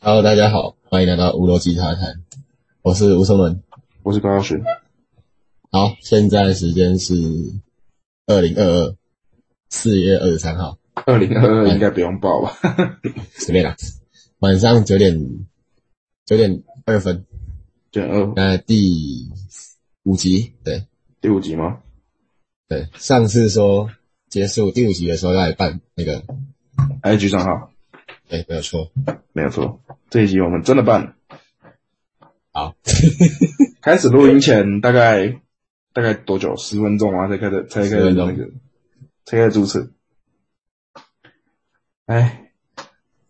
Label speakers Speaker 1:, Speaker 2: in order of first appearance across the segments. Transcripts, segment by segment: Speaker 1: Hello，大家好，欢迎来到无逻辑茶谈，我是吴松伦。
Speaker 2: 我是高耀勋，
Speaker 1: 好，现在时间是二零二二四月二十三号，
Speaker 2: 二零二二应该不用报吧？
Speaker 1: 随便啦，晚上九点九点二分，
Speaker 2: 卷二
Speaker 1: 那第五集，对
Speaker 2: 第五集吗？
Speaker 1: 对，上次说结束第五集的时候要来办那个，
Speaker 2: ，IG 账号
Speaker 1: 对，没有错，
Speaker 2: 没有错，这一集我们真的办了。
Speaker 1: 好，
Speaker 2: 开始录音前大概大概多久？十分钟吗？才开始才开始
Speaker 1: 10分
Speaker 2: 那
Speaker 1: 钟
Speaker 2: 个才开始主持。哎，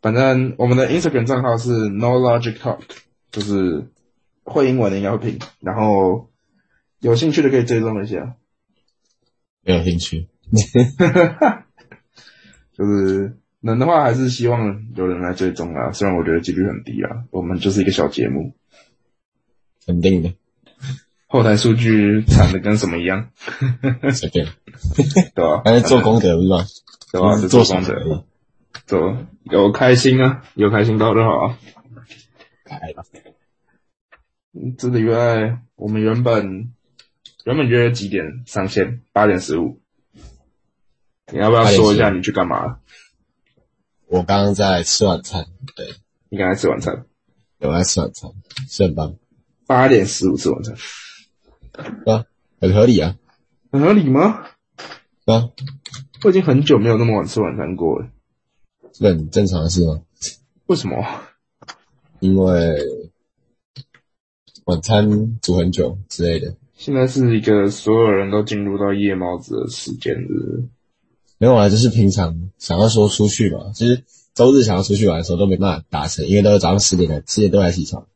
Speaker 2: 反正我们的 Instagram 账号是 No Logic Talk，就是会英文的应该会拼，然后有兴趣的可以追踪一下。
Speaker 1: 没有兴趣，
Speaker 2: 就是能的话，还是希望有人来追踪啊。虽然我觉得几率很低啊，我们就是一个小节目，
Speaker 1: 肯定的，
Speaker 2: 后台数据惨的跟什么一样，
Speaker 1: 随便，
Speaker 2: 对吧、
Speaker 1: 但是哎做功德不是吗？
Speaker 2: 对吧、是做功德，
Speaker 1: 德，
Speaker 2: 做有开心啊，有开心到就好啊。
Speaker 1: 哎
Speaker 2: 这礼拜我们原本原本约几点上线？八点十五。你要不要说一下你去干嘛？
Speaker 1: 我刚刚在吃晚餐，对，
Speaker 2: 你刚才吃晚餐，
Speaker 1: 有在吃晚餐，是很棒，
Speaker 2: 八点十五吃晚餐，
Speaker 1: 对吧？很合理啊，
Speaker 2: 很合理吗？
Speaker 1: 对吧？
Speaker 2: 我已经很久没有那么晚吃晚餐过了，
Speaker 1: 这很正常的事吗？
Speaker 2: 为什么？
Speaker 1: 因为晚餐煮很久之类的。
Speaker 2: 现在是一个所有人都进入到夜猫子的时间，是不是
Speaker 1: 没有啊，就是平常想要说出去嘛，其实周日想要出去玩的时候都没办法达成，因为都是早上十点的，十点多才起床。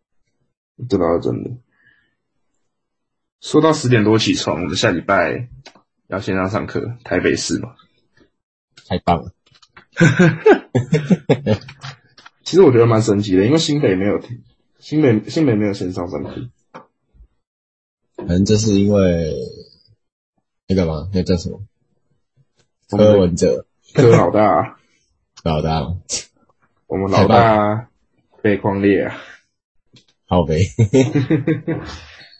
Speaker 2: 这倒是真的。说到十点多起床，我们下礼拜要线上上课，台北市嘛。
Speaker 1: 太棒了，
Speaker 2: 其实我觉得蛮神奇的，因为新北没有，新北新北没有线上上课，
Speaker 1: 反正这是因为那个嘛，那叫什么
Speaker 2: 我们
Speaker 1: 柯
Speaker 2: 的
Speaker 1: 文哲
Speaker 2: 柯老大，啊
Speaker 1: 老大嘛，
Speaker 2: 我们老大啊被框列啊，
Speaker 1: 好呗，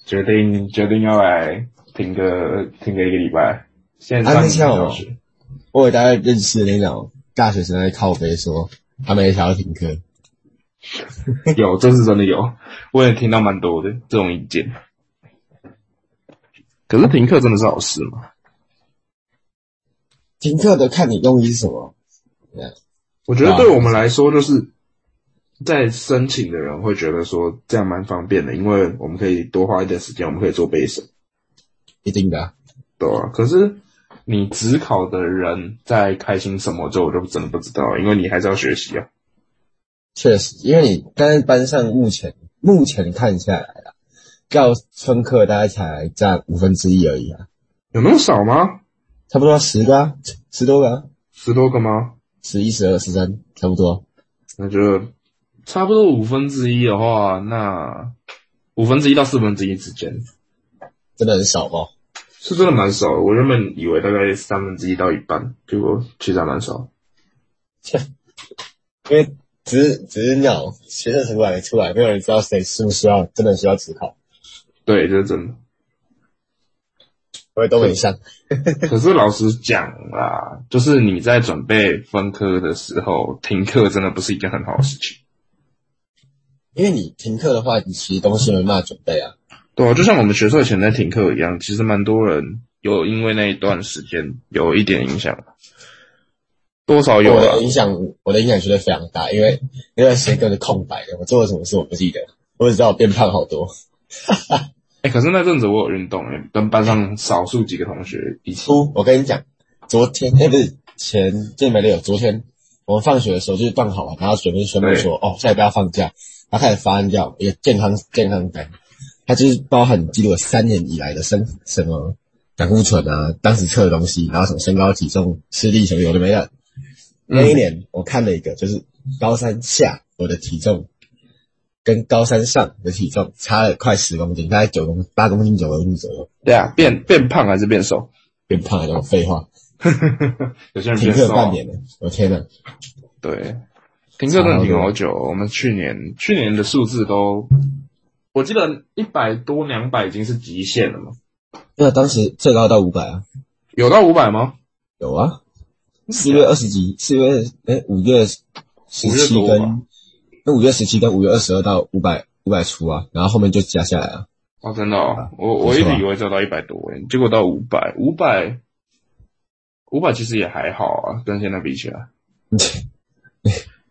Speaker 2: 决定决定要来停个停个一个礼拜，线
Speaker 1: 啊
Speaker 2: 上
Speaker 1: 那
Speaker 2: 一个
Speaker 1: 像
Speaker 2: 小
Speaker 1: 我
Speaker 2: 时。
Speaker 1: 我有大概认识的那种大学生在靠背说，他们也想要停课，
Speaker 2: 有，这是真的有，我也听到蛮多的这种意见。可是停课真的是好事吗？
Speaker 1: 停课的看你用意是什么，
Speaker 2: 我觉得
Speaker 1: 啊
Speaker 2: 对我们来说，就是在申请的人会觉得说这样蛮方便的，因为我们可以多花一点时间，我们可以做备审，
Speaker 1: 一定的啊、
Speaker 2: 对吧、可是你只考的人在开心什么，这我就真的不知道，因为你还是要学习啊。
Speaker 1: 确实，因为你但是班上目前目前看下来啦，到春课大概才占五分之一而已啊，
Speaker 2: 有那么少吗？
Speaker 1: 差不多十个、啊，十多个、啊，
Speaker 2: 十多个吗？
Speaker 1: 十一、十二、十三，差不多。
Speaker 2: 那就差不多五分之一的话，那五分之一到四分之一之间。
Speaker 1: 真的很少哦。
Speaker 2: 是真的蛮少的。我原本以为大概三分之一到一半，结果其实还蛮少。
Speaker 1: 因为只是只是那种学生成果还没出来，没有人知道谁是不是需要真的需要指考，
Speaker 2: 对，这是真的。
Speaker 1: 因为都很像。哎
Speaker 2: 可是老实讲啦，就是你在准备分科的时候，停课真的不是一件很好的事情。
Speaker 1: 因为你停课的话，你其实东西没办法准备啊。
Speaker 2: 对啊，就像我们学校以前在停课一样，其实蛮多人有因为那一段时间有一点影响，多少有
Speaker 1: 我
Speaker 2: 啊
Speaker 1: 的。影响，我的影响绝对非常大，因为那段时间根本是空白的，我做了什么事我不记得，我只知道我变胖好多。
Speaker 2: 哎、可是那阵子我有运动、欸，跟班上少数几个同学一起。
Speaker 1: 出，我跟你讲，昨天哎、不是前这没得有，昨天我们放学的时候就是放好玩，然后准备宣布说哦下礼拜要放假，然后开始发按掉一个健康健康单，它就是包含记录了三年以来的身什么胆固醇啊，当时测的东西，然后什么身高体重、视力什么有的没的。那一年我看了一个，就是高三下我的体重跟高三上的体重差了快十公斤，大概九公八公斤九公斤左右，
Speaker 2: 对啊，变变胖还是变瘦？
Speaker 1: 变胖了。这种废话，
Speaker 2: 有些人
Speaker 1: 停
Speaker 2: 变
Speaker 1: 课
Speaker 2: 瘦啊
Speaker 1: 半，年了，我天呐，
Speaker 2: 对，停课真的停好久哦。我们去年去年的数字都，我记得一百多两百已经是极限了嘛？
Speaker 1: 因为当时最高到五百啊，
Speaker 2: 有到五百吗？
Speaker 1: 有啊，四月二十几，四月哎五月十
Speaker 2: 五月
Speaker 1: 七
Speaker 2: 多吧
Speaker 1: 跟那五月十七跟五月二十二到五百五百出啊，然后后面就加下来啊，
Speaker 2: 哦，真的哦，我
Speaker 1: 不
Speaker 2: 我一
Speaker 1: 错啊
Speaker 2: 直以为只有到一百多耶，结果到五百，五百，五百其实也还好啊，跟现在比起来。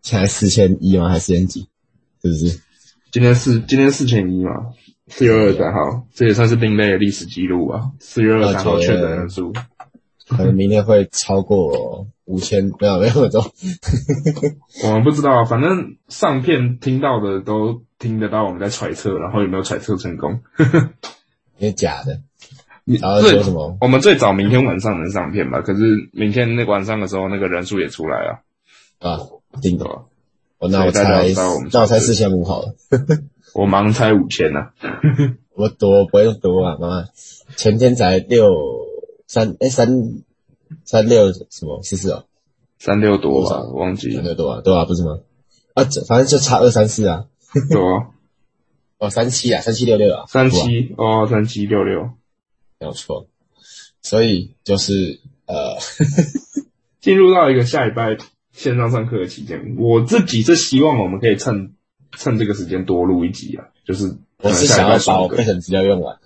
Speaker 1: 现在四千一吗？还是四千几？是不是？
Speaker 2: 今天四今天四千一嘛，四月二十三号，这也算是另类的历史记录吧。四月二十三号
Speaker 1: 我觉
Speaker 2: 确
Speaker 1: 得
Speaker 2: 诊人数，
Speaker 1: 可能明天会超过五千，没有没有都
Speaker 2: 我们不知道，啊反正上片听到的都听得到我们在揣测，然后有没有揣测成功？
Speaker 1: 也假的。
Speaker 2: 你
Speaker 1: 然后
Speaker 2: 最
Speaker 1: 说什么？
Speaker 2: 我们最早明天晚上能上片吧？可是明天那个晚上的时候，那个人数也出来了，
Speaker 1: 啊，定
Speaker 2: 对
Speaker 1: 的。
Speaker 2: 吧？
Speaker 1: 我那
Speaker 2: 所以
Speaker 1: 我
Speaker 2: 大家
Speaker 1: 猜
Speaker 2: 知道我们，
Speaker 1: 那我猜
Speaker 2: 是
Speaker 1: 四千五好了。
Speaker 2: 我盲猜五千啊呢、
Speaker 1: 我多不会多啊，妈妈。前天才六三哎三三六什么四四哦，
Speaker 2: 三六
Speaker 1: 多，
Speaker 2: 多吧
Speaker 1: 少
Speaker 2: 忘记
Speaker 1: 三六多啊，对啊，不是吗？啊，这反正就差二三四啊，
Speaker 2: 有啊，
Speaker 1: 哦三七啊，三七六六啊，
Speaker 2: 三
Speaker 1: 对啊
Speaker 2: 七哦，三七六六。
Speaker 1: 没有错。所以就是 呃，
Speaker 2: 进入到一个下礼拜线上上课的期间，我自己是希望我们可以趁趁这个时间多录一集啊，就是可
Speaker 1: 我
Speaker 2: 能
Speaker 1: 是
Speaker 2: 下
Speaker 1: 想
Speaker 2: 礼拜
Speaker 1: 要
Speaker 2: 上
Speaker 1: 把我
Speaker 2: 课
Speaker 1: 备审资料用完。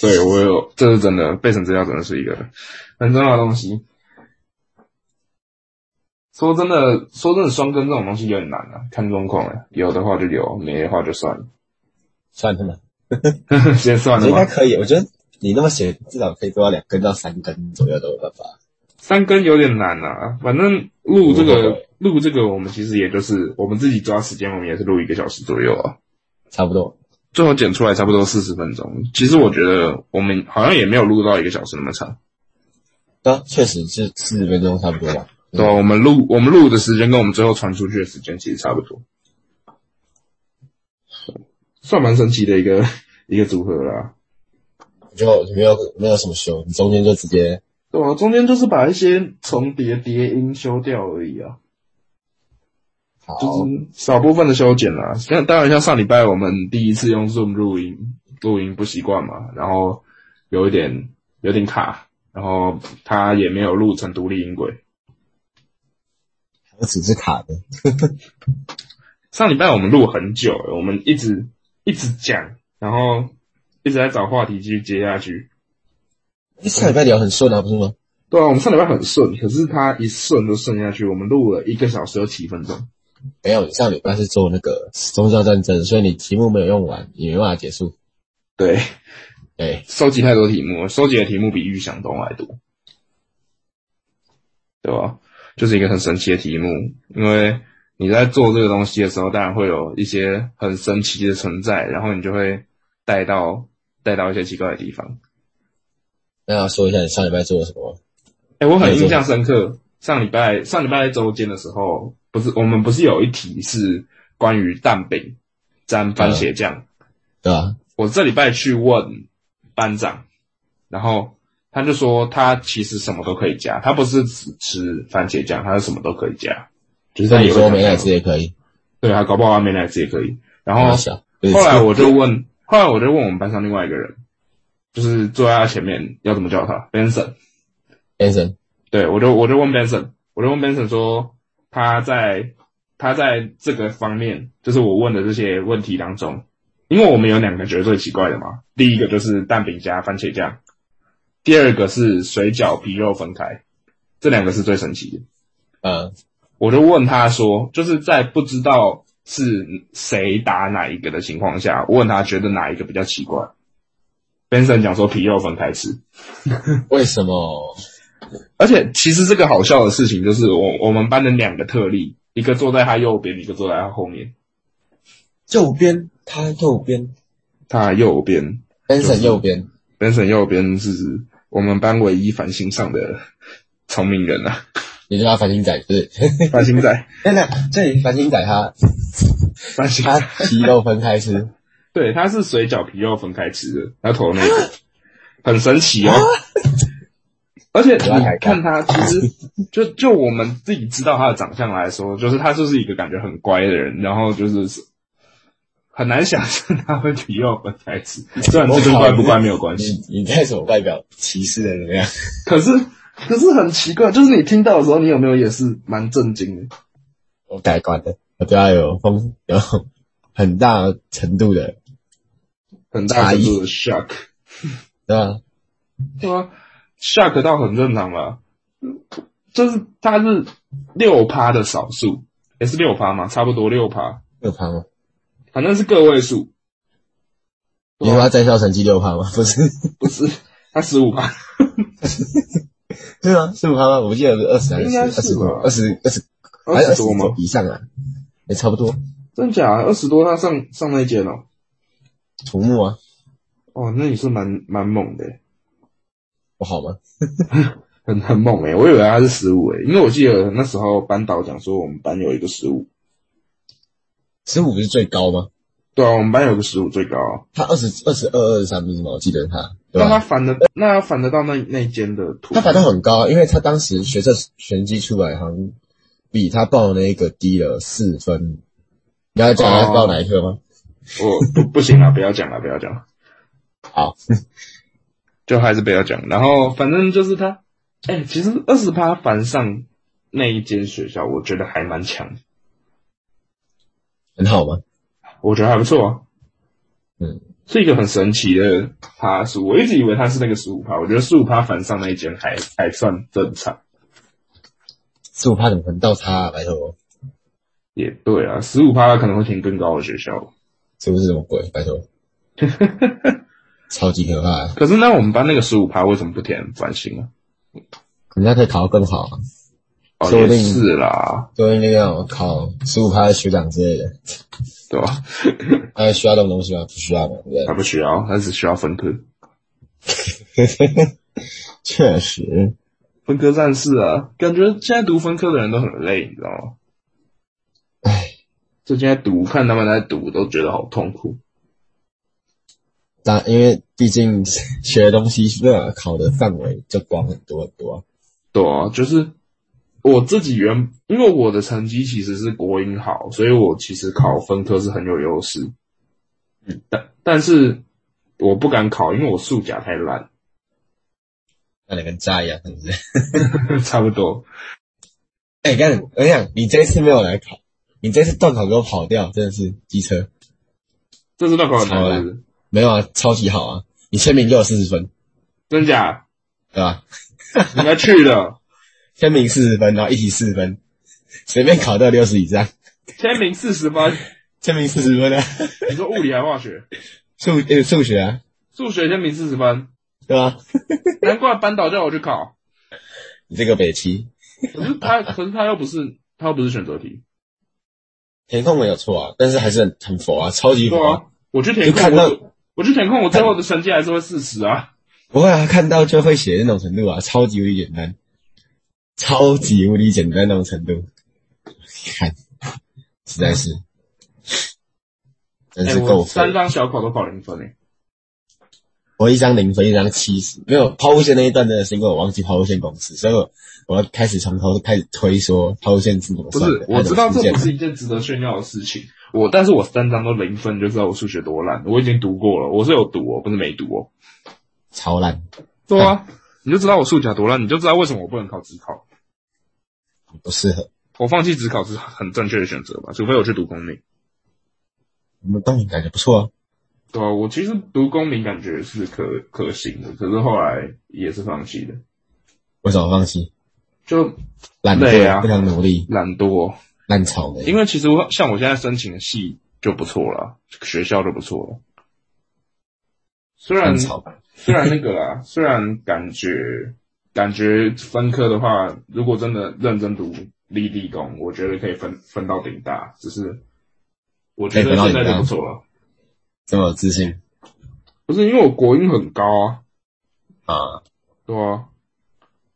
Speaker 2: 对我有，这是真的，备审资料真的是一个很重要的东西。说真的，说真的，双更这种东西有点难啊，看状况了、有的话就留，没的话就算了，
Speaker 1: 算他们，
Speaker 2: 先
Speaker 1: 我
Speaker 2: 算
Speaker 1: 觉
Speaker 2: 了
Speaker 1: 得 应该
Speaker 2: 吧。
Speaker 1: 可以。我觉得你那么写，至少可以做到两根到三根左右都有办法。
Speaker 2: 三更有点难啊，反正录这
Speaker 1: 不会不
Speaker 2: 个
Speaker 1: 会
Speaker 2: 录这个，我们其实也就是我们自己抓时间，我们也是录一个小时左右啊。
Speaker 1: 差不多。
Speaker 2: 最后剪出来差不多四十分钟。其实我觉得我们好像也没有录到一个小时那么长。
Speaker 1: 那确实是四十分钟差不多吧。
Speaker 2: 对、啊，我们录我们录的时间跟我们最后传出去的时间其实差不多，算蛮神奇的一个一个组合啦。
Speaker 1: 就没有没有什么修，你中间就直接
Speaker 2: 对啊，中间就是把一些重叠叠音修掉而已啊，
Speaker 1: 好，
Speaker 2: 就是少部分的修剪啦。像当然像上礼拜我们第一次用 Zoom 录音，录音不习惯嘛，然后有一点有点卡，然后它也没有录成独立音轨。
Speaker 1: 我只是卡的，
Speaker 2: 上礼拜我们录很久了，我们一直一直讲，然后一直在找话题继续接下去。
Speaker 1: 诶上礼拜聊很顺啊，不是吗？
Speaker 2: 对啊，我们上礼拜很顺，可是它一顺就顺下去，我们录了一个小时有七分钟。
Speaker 1: 没有，你上礼拜是做那个宗教战争，所以你题目没有用完，也没办法结束。哎
Speaker 2: 对，
Speaker 1: 对，
Speaker 2: 收集太多题目，收集的题目比预想中还多，对吧？就是一个很神奇的题目，因为你在做这个东西的时候，当然会有一些很神奇的存在，然后你就会带到带到一些奇怪的地方。
Speaker 1: 那要说一下你上礼拜做了什么吗？
Speaker 2: 哎、我很印象深刻，上礼拜上礼拜周间的时候，不是我们不是有一题是关于蛋饼沾番茄酱？
Speaker 1: 嗯对吧？
Speaker 2: 我这礼拜去问班长，然后他就说他其实什么都可以加，他不是只吃番茄酱，他是什么都可以加，就是
Speaker 1: 那
Speaker 2: 他
Speaker 1: 你
Speaker 2: 也会
Speaker 1: 说
Speaker 2: 想
Speaker 1: 美乃
Speaker 2: 要
Speaker 1: 滋，也可以，
Speaker 2: 对他搞不好他美乃滋也可以。然后
Speaker 1: 好小。就是
Speaker 2: 哦后来我就问，后来我就问我们班上另外一个人，就是坐在他前面要怎么叫他，Benson。
Speaker 1: Anson，
Speaker 2: 对我就我就问 Benson，我就问 Benson 说他在他在这个方面，就是我问的这些问题当中，因为我们有两个觉得最奇怪的嘛，第一个就是蛋饼加番茄酱，第二个是水饺皮肉分开，这两个是最神奇的。
Speaker 1: 嗯，
Speaker 2: 我就问他说，就是在不知道是谁打哪一个的情况下，我问他觉得哪一个比较奇怪。Benson 讲说皮肉分开吃，
Speaker 1: 为什么？
Speaker 2: 而且其实这个好笑的事情就是我我们班的两个特例，一个坐在他右边，一个坐在他后面。
Speaker 1: 右边，他右边
Speaker 2: 他右边
Speaker 1: ，Anson 右边，
Speaker 2: ，Benson 右边是我们班唯一反省上的聪明人啊，
Speaker 1: 你叫他繁星仔，就是。
Speaker 2: 反省仔。
Speaker 1: 那那这里繁星仔他
Speaker 2: 三星
Speaker 1: 它皮肉分开 吃，
Speaker 2: 对，它是水饺皮肉分开吃的，它头那个很神奇 哦。而且
Speaker 1: 我要
Speaker 2: 你
Speaker 1: 改
Speaker 2: 看它，其 实就就我们自己知道它的长相来说，就是它就是一个感觉很乖的人，然后就是很难想象他会皮肉分开吃，虽然这跟乖不乖没有关系，
Speaker 1: 你你带什么外表歧视的能量？
Speaker 2: 可是可是很奇怪，就是你听到的时候，你有没有也是蛮震惊的？
Speaker 1: 我改观了，我对它有风有很大程度的，
Speaker 2: 很大程度的 shock，
Speaker 1: 对吧？
Speaker 2: 对啊，shock 到很正常了，就是它是六趴的少数，也是六趴嘛，差不多六趴，
Speaker 1: 六趴吗？
Speaker 2: 反正是个位数，啊
Speaker 1: 你说它在校成绩六趴吗？ 不是，
Speaker 2: 不是它十五趴，
Speaker 1: 对啊，十五趴吗？我记得是二十还
Speaker 2: 应
Speaker 1: 是
Speaker 2: 该
Speaker 1: 二
Speaker 2: 是
Speaker 1: 十
Speaker 2: 吧
Speaker 1: 多，二十二十
Speaker 2: 二
Speaker 1: 还是
Speaker 2: 十多吗
Speaker 1: 20？以上啊，也差不多。
Speaker 2: 真假？二十多，他上上那一间哦，
Speaker 1: 土木啊，
Speaker 2: 哦，那也是蛮蛮猛的欸，
Speaker 1: 不好吗？
Speaker 2: 很很猛诶、欸我以为他是十五诶，因为我记得那时候班导讲说我们班有一个十五，
Speaker 1: 十五不是最高吗？
Speaker 2: 对啊，我们班有个十五最高啊、
Speaker 1: 他二十二十二二十三不是吗？我记得他，对
Speaker 2: 那他
Speaker 1: 吧？
Speaker 2: 反得，那他反得到那那一间的图，
Speaker 1: 他反正很高，啊因为他当时学测成绩出来好像比他报的那个低了四分。你要讲他报哪一科吗？
Speaker 2: 我不不行了，啊不要讲了，不要讲了，哦
Speaker 1: 好，
Speaker 2: 就还是不要讲。然后反正就是他，哎、其实二十趴反上那一间学校，我觉得还蛮强的，
Speaker 1: 很好吗？
Speaker 2: 我觉得还不错啊。
Speaker 1: 嗯，
Speaker 2: 是一个很神奇的趴数，我一直以为他是那个十五趴，我觉得十五趴反上那一间还还算正常。
Speaker 1: 十五趴怎么可能到他、啊？拜托，
Speaker 2: 也对啊，十五趴可能会填更高的学校。
Speaker 1: 是不是什么鬼？拜托，超级可怕的。
Speaker 2: 可是那我们班那个十五趴为什么不填繁星啊？
Speaker 1: 可能他可以考得更好、啊，
Speaker 2: 哦，
Speaker 1: 说不
Speaker 2: 也
Speaker 1: 定
Speaker 2: 是啦，
Speaker 1: 作为那个让我考十五趴的学长之类的，
Speaker 2: 对吧、
Speaker 1: 他需要这种东西吗？不需要嘛，对不对
Speaker 2: 他？不需要，他只需要分科。
Speaker 1: 确实，
Speaker 2: 分科战士啊，感觉现在读分科的人都很累，你知道吗？
Speaker 1: 唉，
Speaker 2: 就现在读，看他们在读，都觉得好痛苦。
Speaker 1: 但因为毕竟学的东西那考的范围就广很多很多、啊。
Speaker 2: 对啊，就是我自己原，因为我的成绩其实是国英好，所以我其实考分科是很有优势。嗯，但但是我不敢考，因为我数甲太烂，
Speaker 1: 那你跟渣一样，是不是？
Speaker 2: 差不多。
Speaker 1: 哎、干，我跟你讲，你这一次没有来考，你这次断考给我跑掉，真的是机车。
Speaker 2: 这是段考很
Speaker 1: 超
Speaker 2: 难
Speaker 1: 烂
Speaker 2: 是不是，
Speaker 1: 没有啊，超级好啊！你签名给我四十分，
Speaker 2: 真假？
Speaker 1: 对吧？
Speaker 2: 你该去了，
Speaker 1: 签名四十分，然后一题四十分，随便考到六十以上，
Speaker 2: 签名四十分。
Speaker 1: 签名四十分啊，
Speaker 2: 你说物理还是化学？
Speaker 1: 数呃数学啊，
Speaker 2: 数学签名四十分，
Speaker 1: 对吧？
Speaker 2: 难怪班导叫我去考。
Speaker 1: 你这个北七
Speaker 2: 可是他，可是他又不是，他又不是选择题。
Speaker 1: 填空没有错啊，但是还是很很佛啊，超级
Speaker 2: 对
Speaker 1: 佛、
Speaker 2: 啊，我去填
Speaker 1: 就看
Speaker 2: 空，
Speaker 1: 到
Speaker 2: 我我去填空，我最后的成绩还是会四十啊。
Speaker 1: 不会啊，看到就会写那种程度啊，超级无敌简单，超级无敌简单那种程度，看，实在是，真
Speaker 2: 哎、
Speaker 1: 是够
Speaker 2: 我
Speaker 1: 疯。
Speaker 2: 三张小考都考零分诶、哎
Speaker 1: 我一张零分，一张七十，没有抛物线那一段真的是因为我忘记抛物线公式，所以我我要开始从头开始推说抛物线是怎么
Speaker 2: 不
Speaker 1: 算
Speaker 2: 是
Speaker 1: 的。，
Speaker 2: 我知道
Speaker 1: 它怎么出
Speaker 2: 这
Speaker 1: 现
Speaker 2: 不是一件值得炫耀的事情。我，但是我三张都零分，就知道我数学多烂。我已经读过了，我是有读哦，不是没读哦。
Speaker 1: 超烂，
Speaker 2: 对啊，你就知道我数甲多烂，你就知道为什么我不能考职考。
Speaker 1: 不适合。
Speaker 2: 我放弃职考是很正确的选择吧，除非我去读公民。
Speaker 1: 我们东影感觉不错啊，
Speaker 2: 对啊，我其实读公民感觉是可可行的，可是后来也是放弃的，
Speaker 1: 为什么放弃？
Speaker 2: 就
Speaker 1: 懒
Speaker 2: 累
Speaker 1: 惰，
Speaker 2: 啊
Speaker 1: 不想努力，
Speaker 2: 懒惰、哦
Speaker 1: 烂草莓。
Speaker 2: 因为其实我像我现在申请的系就不错了，学校就不错了。虽然
Speaker 1: 烂草莓，
Speaker 2: 虽然那个啦， 虽然感觉感觉分科的话，如果真的认真读立地工，我觉得可以分分到顶大，只是我觉
Speaker 1: 可
Speaker 2: 得
Speaker 1: 以分到
Speaker 2: 现
Speaker 1: 顶大
Speaker 2: 在就不错了。
Speaker 1: 这么有自信
Speaker 2: 不是因为我国音很高啊，
Speaker 1: 啊？
Speaker 2: 对啊，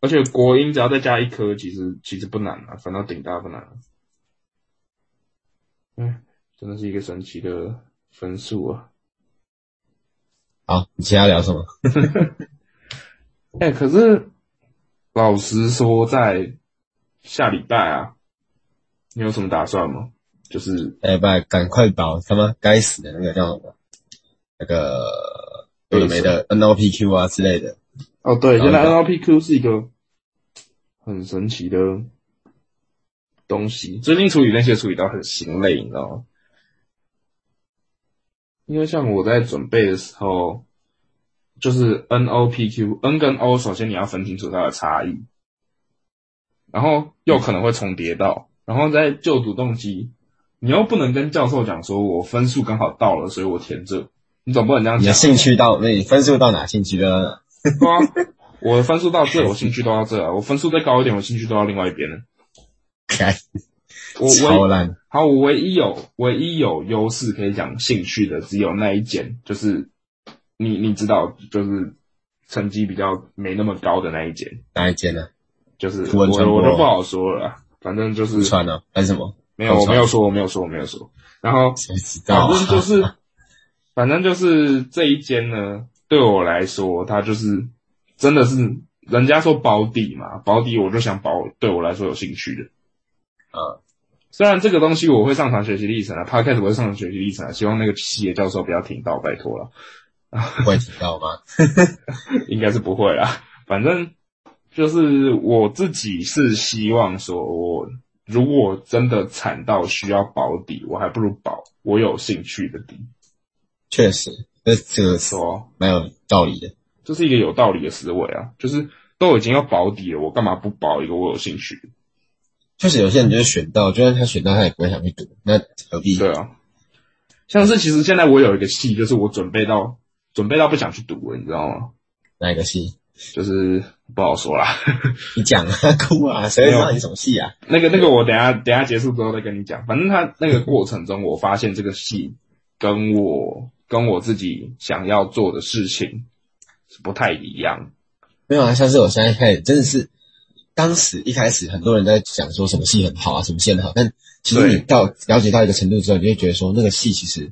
Speaker 2: 而且国音只要再加一科，其实其实不难啊，反倒顶大不难、啊。嗯，真的是一个神奇的分数啊！
Speaker 1: 好，你其他聊什么？
Speaker 2: 哎、可是老实说，在下礼拜啊，你有什么打算吗？就是
Speaker 1: 哎，不，赶快把他妈该死的那个叫什么，那个有的没的 NOPQ 啊之类的，
Speaker 2: 哦，对，
Speaker 1: 然
Speaker 2: 原
Speaker 1: 后
Speaker 2: 来
Speaker 1: 你
Speaker 2: NLPQ 是一个很神奇的东西。最近处理那些处理到很心累，你知道吗？因为像我在准备的时候，就是 N O P Q N 跟 O，首先你要分清楚它的差异，然后又可能会重叠到，然后在就读动机，你又不能跟教授讲说我分数刚好到了，所以我填这，你总不能这样
Speaker 1: 你
Speaker 2: 讲啊
Speaker 1: 的
Speaker 2: 吧。
Speaker 1: 兴趣到那你分数到哪，兴趣到哪。
Speaker 2: 对啊，我的分数到这，我兴趣都到这啊；我分数再高一点，我兴趣都到另外一边了。
Speaker 1: 该
Speaker 2: 我
Speaker 1: 超
Speaker 2: 唯
Speaker 1: 烂，
Speaker 2: 好，我唯一有唯一有优势可以讲兴趣的，只有那一间，就是你你知道，就是成绩比较没那么高的那一间，
Speaker 1: 哪一间啊呢、
Speaker 2: 就是
Speaker 1: 图
Speaker 2: 我我
Speaker 1: 文传播
Speaker 2: 都不好说了啊，反正就是
Speaker 1: 四川呢、还是什么？
Speaker 2: 没有我没有说我没有说我没有说，然后
Speaker 1: 谁知道、
Speaker 2: 反
Speaker 1: 啊？
Speaker 2: 正就是，反正就是这一间呢，对我来说，它就是真的是人家说保底嘛，保底我就想保对我来说有兴趣的。
Speaker 1: 嗯，
Speaker 2: 虽然这个东西我会上传学习历程啊 p o d c a s 我会上传学习历程啊，希望那个企业教授不要听到，拜托了，
Speaker 1: 会听到吗？
Speaker 2: 应该是不会啦。反正就是我自己是希望说我，如果真的惨到需要保底，我还不如保我有兴趣的底，
Speaker 1: 确实，这这个是
Speaker 2: 说。
Speaker 1: 蛮有道理的。
Speaker 2: 这是一个有道理的思维啊，就是都已经要保底了，我干嘛不保一个我有兴趣的？
Speaker 1: 确实，有些人就是选到，就算他选到，他也不会想去读，那何必？
Speaker 2: 对啊，像是其实现在我有一个戏，就是我准备到准备到不想去读了，你知道吗？
Speaker 1: 哪一个戏？
Speaker 2: 就是不好说啦。
Speaker 1: 你讲啊， 哭啊，谁会知道你什么戏啊？
Speaker 2: 那个那个我等一下等一下结束之后再跟你讲。反正他那个过程中，我发现这个戏跟我跟我自己想要做的事情是不太一样。
Speaker 1: 没有啊，像是我现在开始，真的是当时一开始很多人在讲说什么戏很好啊，什么戏很好，但其实你
Speaker 2: 对
Speaker 1: 到了解到一个程度之后，你就会觉得说那个戏其实，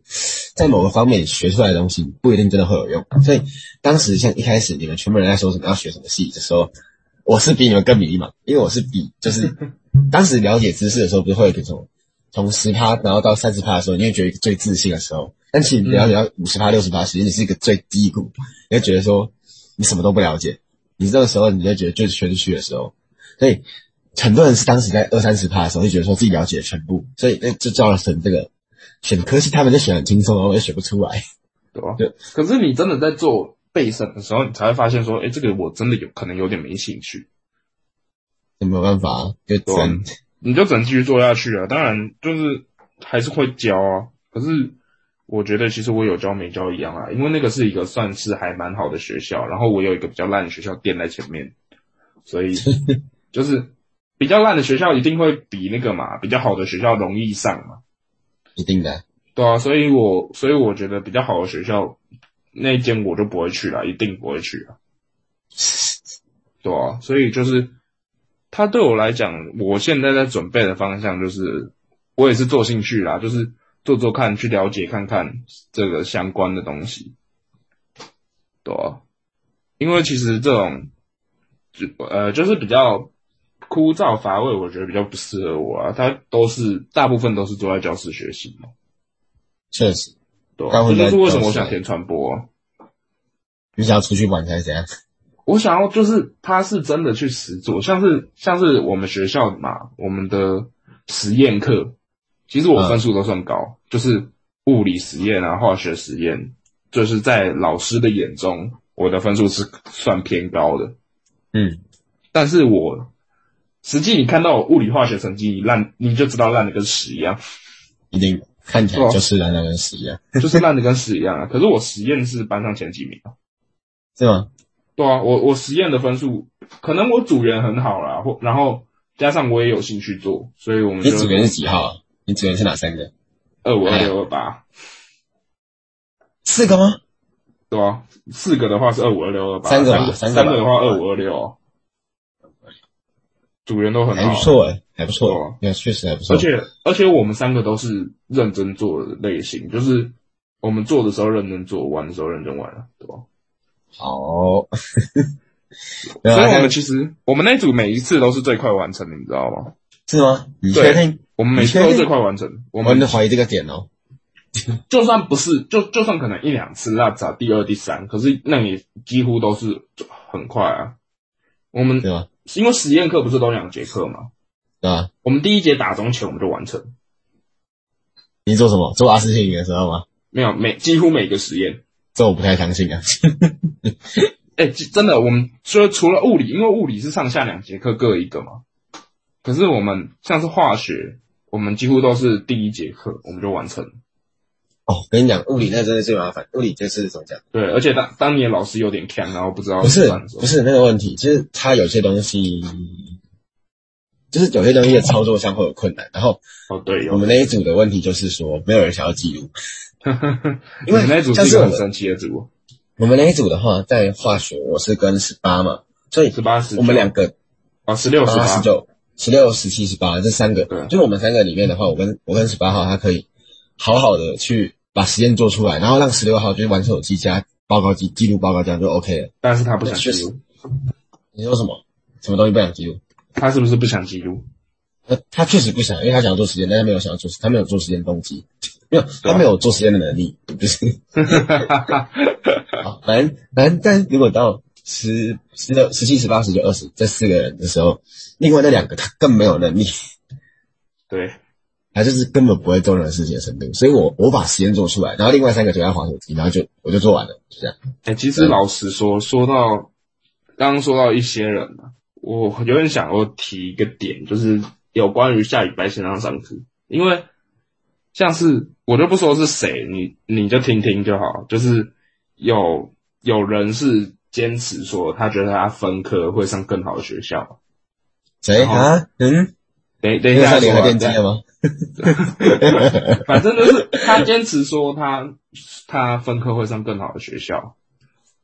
Speaker 1: 在某个方面学出来的东西不一定真的会有用。所以当时像一开始你们全部人在说什么要学什么戏的时候，我是比你们更迷茫，因为我是比就是 当时了解知识的时候，不是会有一种从十趴然后到三十趴的时候，你会觉得一个最自信的时候，但其实你了解到五十趴六十趴，其实你是一个最低谷，你会觉得说你什么都不了解。你这个时候你就觉得就是玄虚的时候，所以很多人是当时在二三十趴的时候就觉得说自己了解全部，所以那就造成这个选科系他们就选很轻松，然后又选不出来。
Speaker 2: 对吧、
Speaker 1: 对
Speaker 2: 可是你真的在做备审的时候，你才会发现说，哎，这个我真的有可能有点没兴趣。
Speaker 1: 那没有办法啊，就只能
Speaker 2: 你就只能继续做下去啊。当然，就是还是会教啊。可是我觉得其实我有教没教一样啊，因为那个是一个算是还蛮好的学校，然后我有一个比较烂的学校垫在前面，所以就是比较烂的学校一定会比那个嘛比较好的学校容易上嘛。
Speaker 1: 一定的啊。
Speaker 2: 对啊，所以我所以我觉得比较好的学校那一间我就不会去了，一定不会去了。对啊，所以就是他对我来讲，我现在在准备的方向就是，我也是做兴趣啦，就是做做看，去了解看看这个相关的东西。对啊，因为其实这种就呃就是比较枯燥乏味，我觉得比较不适合我啊。他都是大部分都是坐在教室学习嘛。
Speaker 1: 确实，
Speaker 2: 对
Speaker 1: 但
Speaker 2: 啊，
Speaker 1: 会
Speaker 2: 这就是
Speaker 1: 在
Speaker 2: 为什么
Speaker 1: 教
Speaker 2: 我
Speaker 1: 室
Speaker 2: 想
Speaker 1: 啊
Speaker 2: 填传播啊。
Speaker 1: 你想要出去玩才是怎样？
Speaker 2: 我想要就是他是真的去实做，像是像是我们学校嘛，我们的实验课，其实我
Speaker 1: 嗯
Speaker 2: 分数都算高，就是物理实验啊、化学实验，就是在老师的眼中，我的分数是算偏高的。
Speaker 1: 嗯，
Speaker 2: 但是我实际你看到我物理化学成绩，你烂你就知道烂的跟屎一样，
Speaker 1: 一定的看起
Speaker 2: 对
Speaker 1: 来
Speaker 2: 啊
Speaker 1: 就是男人的死一样，
Speaker 2: 就是烂的跟屎一样啊。可是我实验是班上前几名啊。
Speaker 1: 是吗？
Speaker 2: 对啊，我我实验的分数，可能我组员很好啦，或然后加上我也有兴趣做，所以我们
Speaker 1: 你
Speaker 2: 就
Speaker 1: 组员是几号哎啊？你组员是哪三个？
Speaker 2: 二五二六二八，
Speaker 1: 四个吗？
Speaker 2: 对啊，四个的话是二五二六二八，
Speaker 1: 三个吧
Speaker 2: 三
Speaker 1: 三个吧
Speaker 2: 哦个的话二五二六，组员都很
Speaker 1: 还
Speaker 2: 好
Speaker 1: 不，错诶、哎还不错
Speaker 2: 对啊，
Speaker 1: 那确实还不错。
Speaker 2: 而且而且我们三个都是认真做的类型，就是我们做的时候认真做，玩的时候认真玩了，对吧？
Speaker 1: 好，没有
Speaker 2: 所以我
Speaker 1: 啊
Speaker 2: 们其实我们那组每一次都是最快完成的，你知道吗？
Speaker 1: 是吗？你确定？
Speaker 2: 我们每次都是最快完成，我
Speaker 1: 我
Speaker 2: 们
Speaker 1: 们怀疑这个点哦。
Speaker 2: 就算不是，就就算可能一两次落差第二、第三，可是那也几乎都是很快啊。我们
Speaker 1: 对吧？
Speaker 2: 因为实验课不是都两节课嘛，
Speaker 1: 对吧？
Speaker 2: 我们第一节打钟前我们就完成，
Speaker 1: 你做什么？做阿斯匹林的时候吗？
Speaker 2: 没有每几乎每个实验，
Speaker 1: 这我不太相信啊。
Speaker 2: 哎、其真的，我们就除了物理，因为物理是上下两节课各一个嘛，可是我们像是化学，我们几乎都是第一节课我们就完成，
Speaker 1: 哦，跟你讲，物理那真的最麻烦。物理就是怎么讲？
Speaker 2: 对，而且当当年老师有点强，然后不知道
Speaker 1: 不是
Speaker 2: 怎么办的时候
Speaker 1: 不是那个问题，就是它有些东西，就是有些东西的操作上会有困难。然后
Speaker 2: 哦，对，
Speaker 1: 我
Speaker 2: 有，
Speaker 1: 们那一组的问题就是说，没有人想要记录。因为
Speaker 2: 你们那组
Speaker 1: 像
Speaker 2: 是一
Speaker 1: 是我
Speaker 2: 个很
Speaker 1: 们
Speaker 2: 神奇的组，
Speaker 1: 我们那一组的话，在化学我是跟十八嘛，所以
Speaker 2: 十八十，
Speaker 1: 我们两个
Speaker 2: 啊十六十
Speaker 1: 八、
Speaker 2: 八
Speaker 1: 十，九、十六、十七、十八这三个
Speaker 2: 对，
Speaker 1: 就是我们三个里面的话，我跟我跟十八号，他可以好好的去把实验做出来，然后让十六号就是完成我记加报告记记录报告，这样就 OK 了。
Speaker 2: 但是他不想记
Speaker 1: 确实
Speaker 2: 录，
Speaker 1: 你说什么？什么东西不想记录？
Speaker 2: 他是不是不想记录？
Speaker 1: 他呃他确实不想，因为他想要做实验，但他没有想要做，他没有做实验动机，没有，
Speaker 2: 啊
Speaker 1: 他没有做实验的能力，就是。 好，反正反正，但如果到十十六、十七、十八、十九、二十这四个人的时候，另外那两个他更没有能力，
Speaker 2: 对，
Speaker 1: 他就是根本不会做任何事情的程度。所以我我把实验做出来，然后另外三个就在划手机，然后就我就做完了，就这样。
Speaker 2: 哎、其实老实说，说到刚刚说到一些人啊，我有点想要提一个点，就是有关于下礼拜线上上课，因为像是我就不说是谁，你你就听听就好，就是有有人是坚持说他觉得他分科会上更好的学校，
Speaker 1: 谁啊？嗯，
Speaker 2: 等等一
Speaker 1: 又上
Speaker 2: 下说
Speaker 1: 联合
Speaker 2: 完
Speaker 1: 电机
Speaker 2: 再
Speaker 1: 了吗？
Speaker 2: 反正就是他坚持说他他分科会上更好的学校，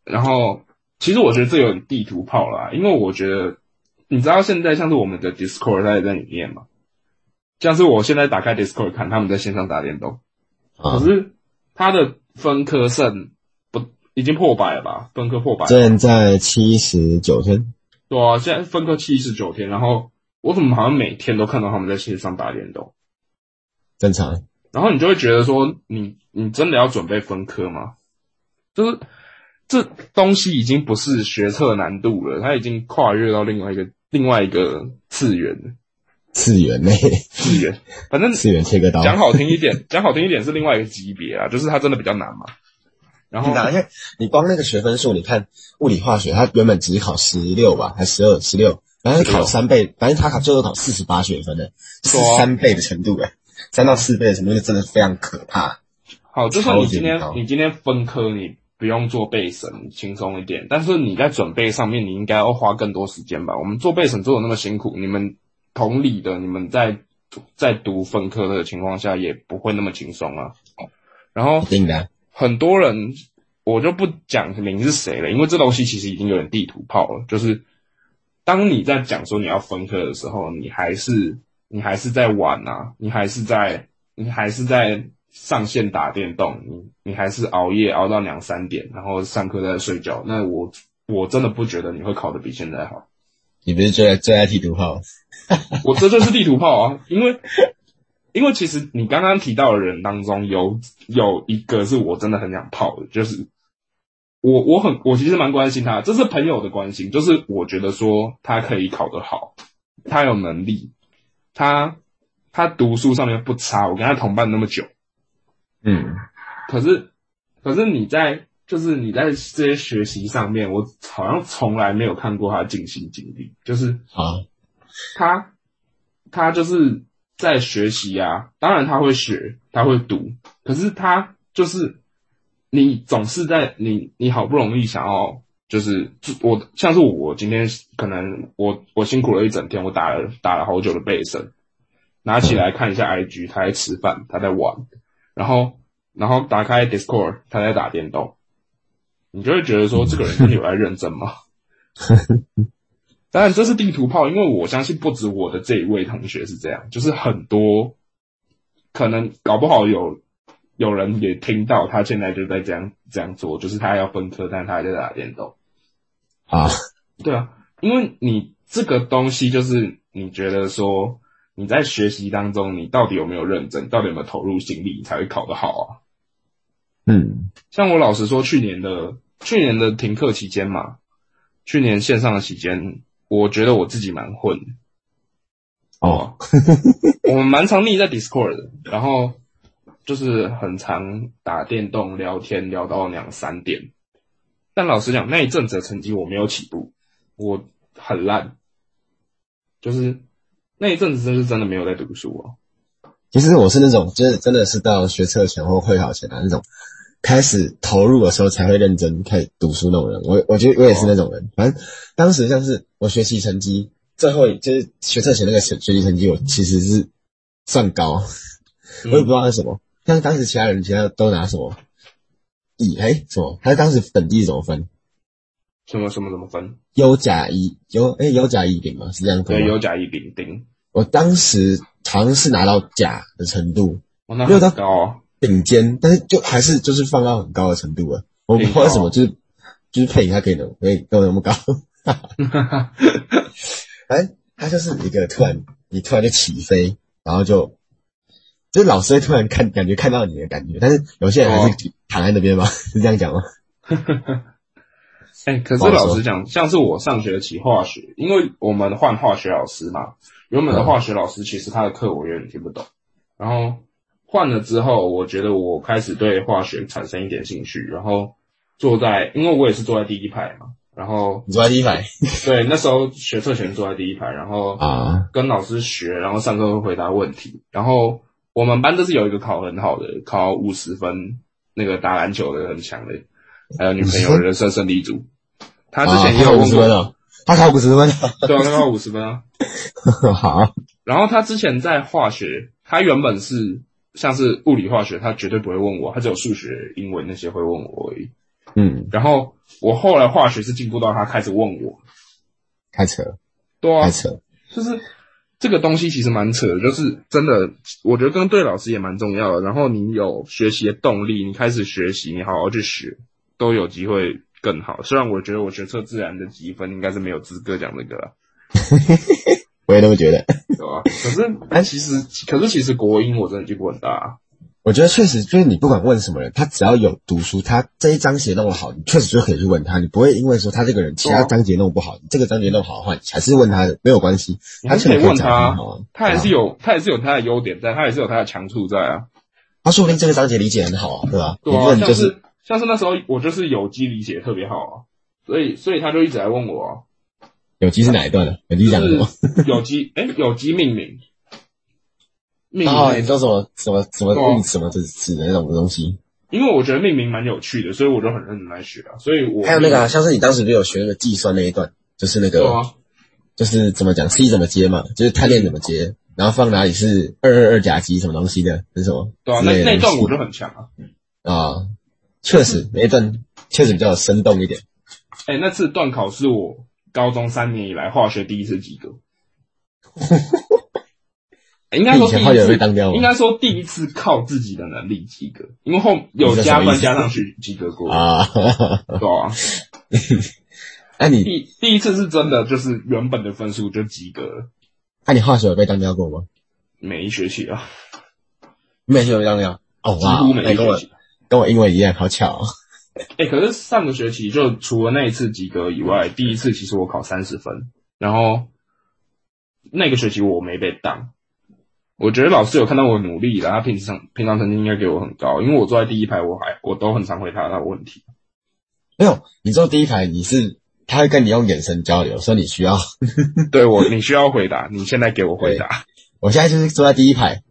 Speaker 2: 然后其实我觉得这有点地图炮啦，因为我觉得你知道现在像是我们的 Discord 在在里面嘛，像是我现在打开 Discord 看他们在线上打电动，可
Speaker 1: 啊，
Speaker 2: 是他的分科胜不已经破百了吧？分科破百，
Speaker 1: 正在七十九天，
Speaker 2: 对啊，现在分科七十九天，然后我怎么好像每天都看到他们在线上打电动？
Speaker 1: 正常。
Speaker 2: 然后你就会觉得说，你你真的要准备分科吗？就是这东西已经不是学测难度了，它已经跨越到另外一个另外一个次元了
Speaker 1: 次元 内，
Speaker 2: 次元。反正
Speaker 1: 次元切割刀。
Speaker 2: 讲好听一点，讲好听一点是另外一个级别啊，就是它真的比较难嘛。然
Speaker 1: 很
Speaker 2: 后
Speaker 1: 难，因为你光那个学分数，你看物理化学，它原本只考十六吧，还十二、十六，然后考三倍，反正他考最后考四十八学分的，是
Speaker 2: 对啊
Speaker 1: 三倍的程度哎、三到四倍的程度，就真的非常可怕。
Speaker 2: 好，就算你
Speaker 1: 超级
Speaker 2: 今天
Speaker 1: 高
Speaker 2: 你今天分科，你不用做备审，你轻松一点。但是你在准备上面，你应该要花更多时间吧？我们做备审做的那么辛苦，你们同理的，你们在在读分科的情况下，也不会那么轻松啊。然后
Speaker 1: 一定的啊、
Speaker 2: 很多人，我就不讲明是谁了，因为这东西其实已经有点地图炮了。就是当你在讲说你要分科的时候，你还是你还是在玩啊，你还是在你还是在上线打电动，你你还是熬夜熬到两三点，然后上课再睡觉。那我我真的不觉得你会考得比现在好。
Speaker 1: 你不是最爱最爱剃图炮？
Speaker 2: 我这就是地图炮啊，因为因为其实你刚刚提到的人当中有有一个是我真的很想泡的，就是我我很我其实蛮关心他，这是朋友的关心，就是我觉得说他可以考得好，他有能力，他他读书上面不差，我跟他同伴那么久，
Speaker 1: 嗯，
Speaker 2: 可是可是你在就是你在这些学习上面，我好像从来没有看过他尽心尽力，就是。
Speaker 1: 好，
Speaker 2: 他他就是在学习啊，当然他会学，他会读，可是他就是你总是在你你好不容易想要就是我像是我今天可能我我辛苦了一整天，我打了打了好久的背身，拿起来看一下 IG，他在吃饭，他在玩，然后然后打开 Discord，他在打电动，你就会觉得说这个人真的有在认真吗？当然这是地图炮，因为我相信不止我的这一位同学是这样，就是很多可能搞不好有有人也听到他现在就在这样这样做，就是他要分科，但他还在打电动。
Speaker 1: 啊，
Speaker 2: 对啊，因为你这个东西就是你觉得说你在学习当中，你到底有没有认真，到底有没有投入心力，你才会考得好啊。
Speaker 1: 嗯，
Speaker 2: 像我老实说，去年的去年的停课期间嘛，去年线上的期间，我觉得我自己蛮混的。
Speaker 1: 哦，
Speaker 2: 我们蛮常腻在 Discord 的，然后就是很常打电动、聊天，聊到两三点。但老实讲，那一阵子的成绩我没有起步，我很烂，就是那一阵子真是真的没有在读书哦。
Speaker 1: 其实我是那种，真的真的是到学测前或会考前啊那种，开始投入的时候才会认真开始读书那种人。我我觉得我也是那种人，反正当时像是我学习成绩最后就是学测前那个学学习成绩，我其实是算高，
Speaker 2: 嗯
Speaker 1: 我也不知道是什么。像当时其他人其他都拿什么乙哎、什么，他当时等第怎么分？
Speaker 2: 什么什么什么分？
Speaker 1: 优甲乙优哎优甲乙丙吗？是这样分
Speaker 2: 对，
Speaker 1: 吗？
Speaker 2: 有甲乙丙丁，
Speaker 1: 我当时好像是拿到甲的程度，
Speaker 2: 哇，那
Speaker 1: 没有到
Speaker 2: 很高、哦。
Speaker 1: 顶尖，但是就还是就是放到很高的程度了。啊我不知道为什么，
Speaker 2: 啊
Speaker 1: 就是就是配音他可以能可以弄那么 高，反正他就是一个突然你突然就起飞，然后就就是老师会突然看感觉看到你的感觉，但是有些人还
Speaker 2: 哦
Speaker 1: 是躺在那边嘛，是这样讲吗？
Speaker 2: 哎、可是老实讲，像是我上学期化学，因为我们换化学老师嘛，原本的化学老师其实他的课我有点听不懂，然后换了之后，我觉得我开始对化学产生一点兴趣，然后坐在，因为我也是坐在第一排嘛，然后
Speaker 1: 你坐在第一排
Speaker 2: 对那时候学测前坐在第一排，然后
Speaker 1: 啊，
Speaker 2: 跟老师学，然后上课会回答问题。然后我们班这次有一个考很好的，考五十分，那个打篮球的很强的，还有女朋友
Speaker 1: 50
Speaker 2: 人生胜利组。他
Speaker 1: 他
Speaker 2: 之前也有
Speaker 1: 啊五
Speaker 2: 问
Speaker 1: 十
Speaker 2: 过，
Speaker 1: 分哦，他考五十分哦，
Speaker 2: 对啊，他考五十分啊。
Speaker 1: 好，
Speaker 2: 然后他之前在化学，他原本是像是物理化学，他绝对不会问我，他只有数学、英文那些会问我而已。
Speaker 1: 嗯，
Speaker 2: 然后我后来化学是进步到他开始问我，
Speaker 1: 太扯了，
Speaker 2: 对啊
Speaker 1: 太，扯了，
Speaker 2: 就是这个东西其实蛮扯的，就是真的，我觉得跟对老师也蛮重要的。然后你有学习的动力，你开始学习，你好好去学，都有机会更好。虽然我觉得我学测自然的积分应该是没有资格讲这个了，
Speaker 1: 我也这么觉得。
Speaker 2: 对吧？可是，但其实，可是其实国英我真的进步很大、啊。
Speaker 1: 我觉得确实就是你不管问什么人，他只要有读书，他这一章节弄得好，你确实就可以去问他，你不会因为说他这个人其他章节弄不好，你这个章节弄好的话，你还是问他的没有关系，
Speaker 2: 你
Speaker 1: 他
Speaker 2: 还是可以
Speaker 1: 确实
Speaker 2: 问
Speaker 1: 讲
Speaker 2: 他
Speaker 1: 得
Speaker 2: 啊
Speaker 1: 很好啊，
Speaker 2: 他还
Speaker 1: 对
Speaker 2: 是
Speaker 1: 啊，
Speaker 2: 有，他还是有他的优点在，他还是有他的强处在啊。
Speaker 1: 他说不定这个章节理解很好啊，对吧？
Speaker 2: 对
Speaker 1: 你
Speaker 2: 啊，
Speaker 1: 问
Speaker 2: 像
Speaker 1: 就是
Speaker 2: 像是那时候我就是有机理解特别好啊，所以所以他就一直来问我啊、
Speaker 1: 有机是哪一段的，有机讲什么？
Speaker 2: 就是有机，哎、有机命名，命名，
Speaker 1: 哦，你说什么什么什么
Speaker 2: 对啊
Speaker 1: 物什么的指的那种东西？
Speaker 2: 因为我觉得命名蛮有趣的，所以我就很认真来学啊。所以我
Speaker 1: 还有那个啊，像是你当时不是有学那个计算那一段，就是那
Speaker 2: 对
Speaker 1: 个
Speaker 2: 啊，
Speaker 1: 就是怎么讲 C 怎么接嘛，就是碳链怎么接，然后放哪里是二二二甲基什么东西的，是什么？
Speaker 2: 对啊，
Speaker 1: 之
Speaker 2: 那
Speaker 1: 类的
Speaker 2: 那一
Speaker 1: 东
Speaker 2: 段
Speaker 1: 西
Speaker 2: 我就很强啊。
Speaker 1: 啊，确实那一段确实比较生动一点。
Speaker 2: 哎、那次段考是我高中三年以来化学第一次及格。哎应该说
Speaker 1: 你以
Speaker 2: 第
Speaker 1: 前化
Speaker 2: 一
Speaker 1: 学
Speaker 2: 次
Speaker 1: 被当掉吗
Speaker 2: 应该说第一次靠自己的能力及格，因为后有
Speaker 1: 这什
Speaker 2: 加
Speaker 1: 么意
Speaker 2: 分
Speaker 1: 思
Speaker 2: 加上去及格过，
Speaker 1: 啊，
Speaker 2: 对啊。
Speaker 1: 那、你
Speaker 2: 第第一次是真的就是原本的分数就及格了，
Speaker 1: 那、哎你化学有被当掉过吗？
Speaker 2: 每一学期啊，
Speaker 1: 你每学有被当掉？哦，
Speaker 2: 几
Speaker 1: 哇
Speaker 2: 乎，每
Speaker 1: 那
Speaker 2: 一
Speaker 1: 跟
Speaker 2: 学
Speaker 1: 我
Speaker 2: 期。
Speaker 1: 跟我英文一样，好巧、哦。
Speaker 2: 哎、可是上个学期就除了那一次及格以外，第一次其实我考三十分，然后那个学期我没被当。我觉得老师有看到我努力了，他平常平常成绩应该给我很高，因为我坐在第一排，我还我都很常回答他的问题。
Speaker 1: 没有，你坐第一排，你是他会跟你用眼神交流，说你需要。
Speaker 2: 对我，你需要回答，你现在给我回答。
Speaker 1: 我现在就是坐在第一排，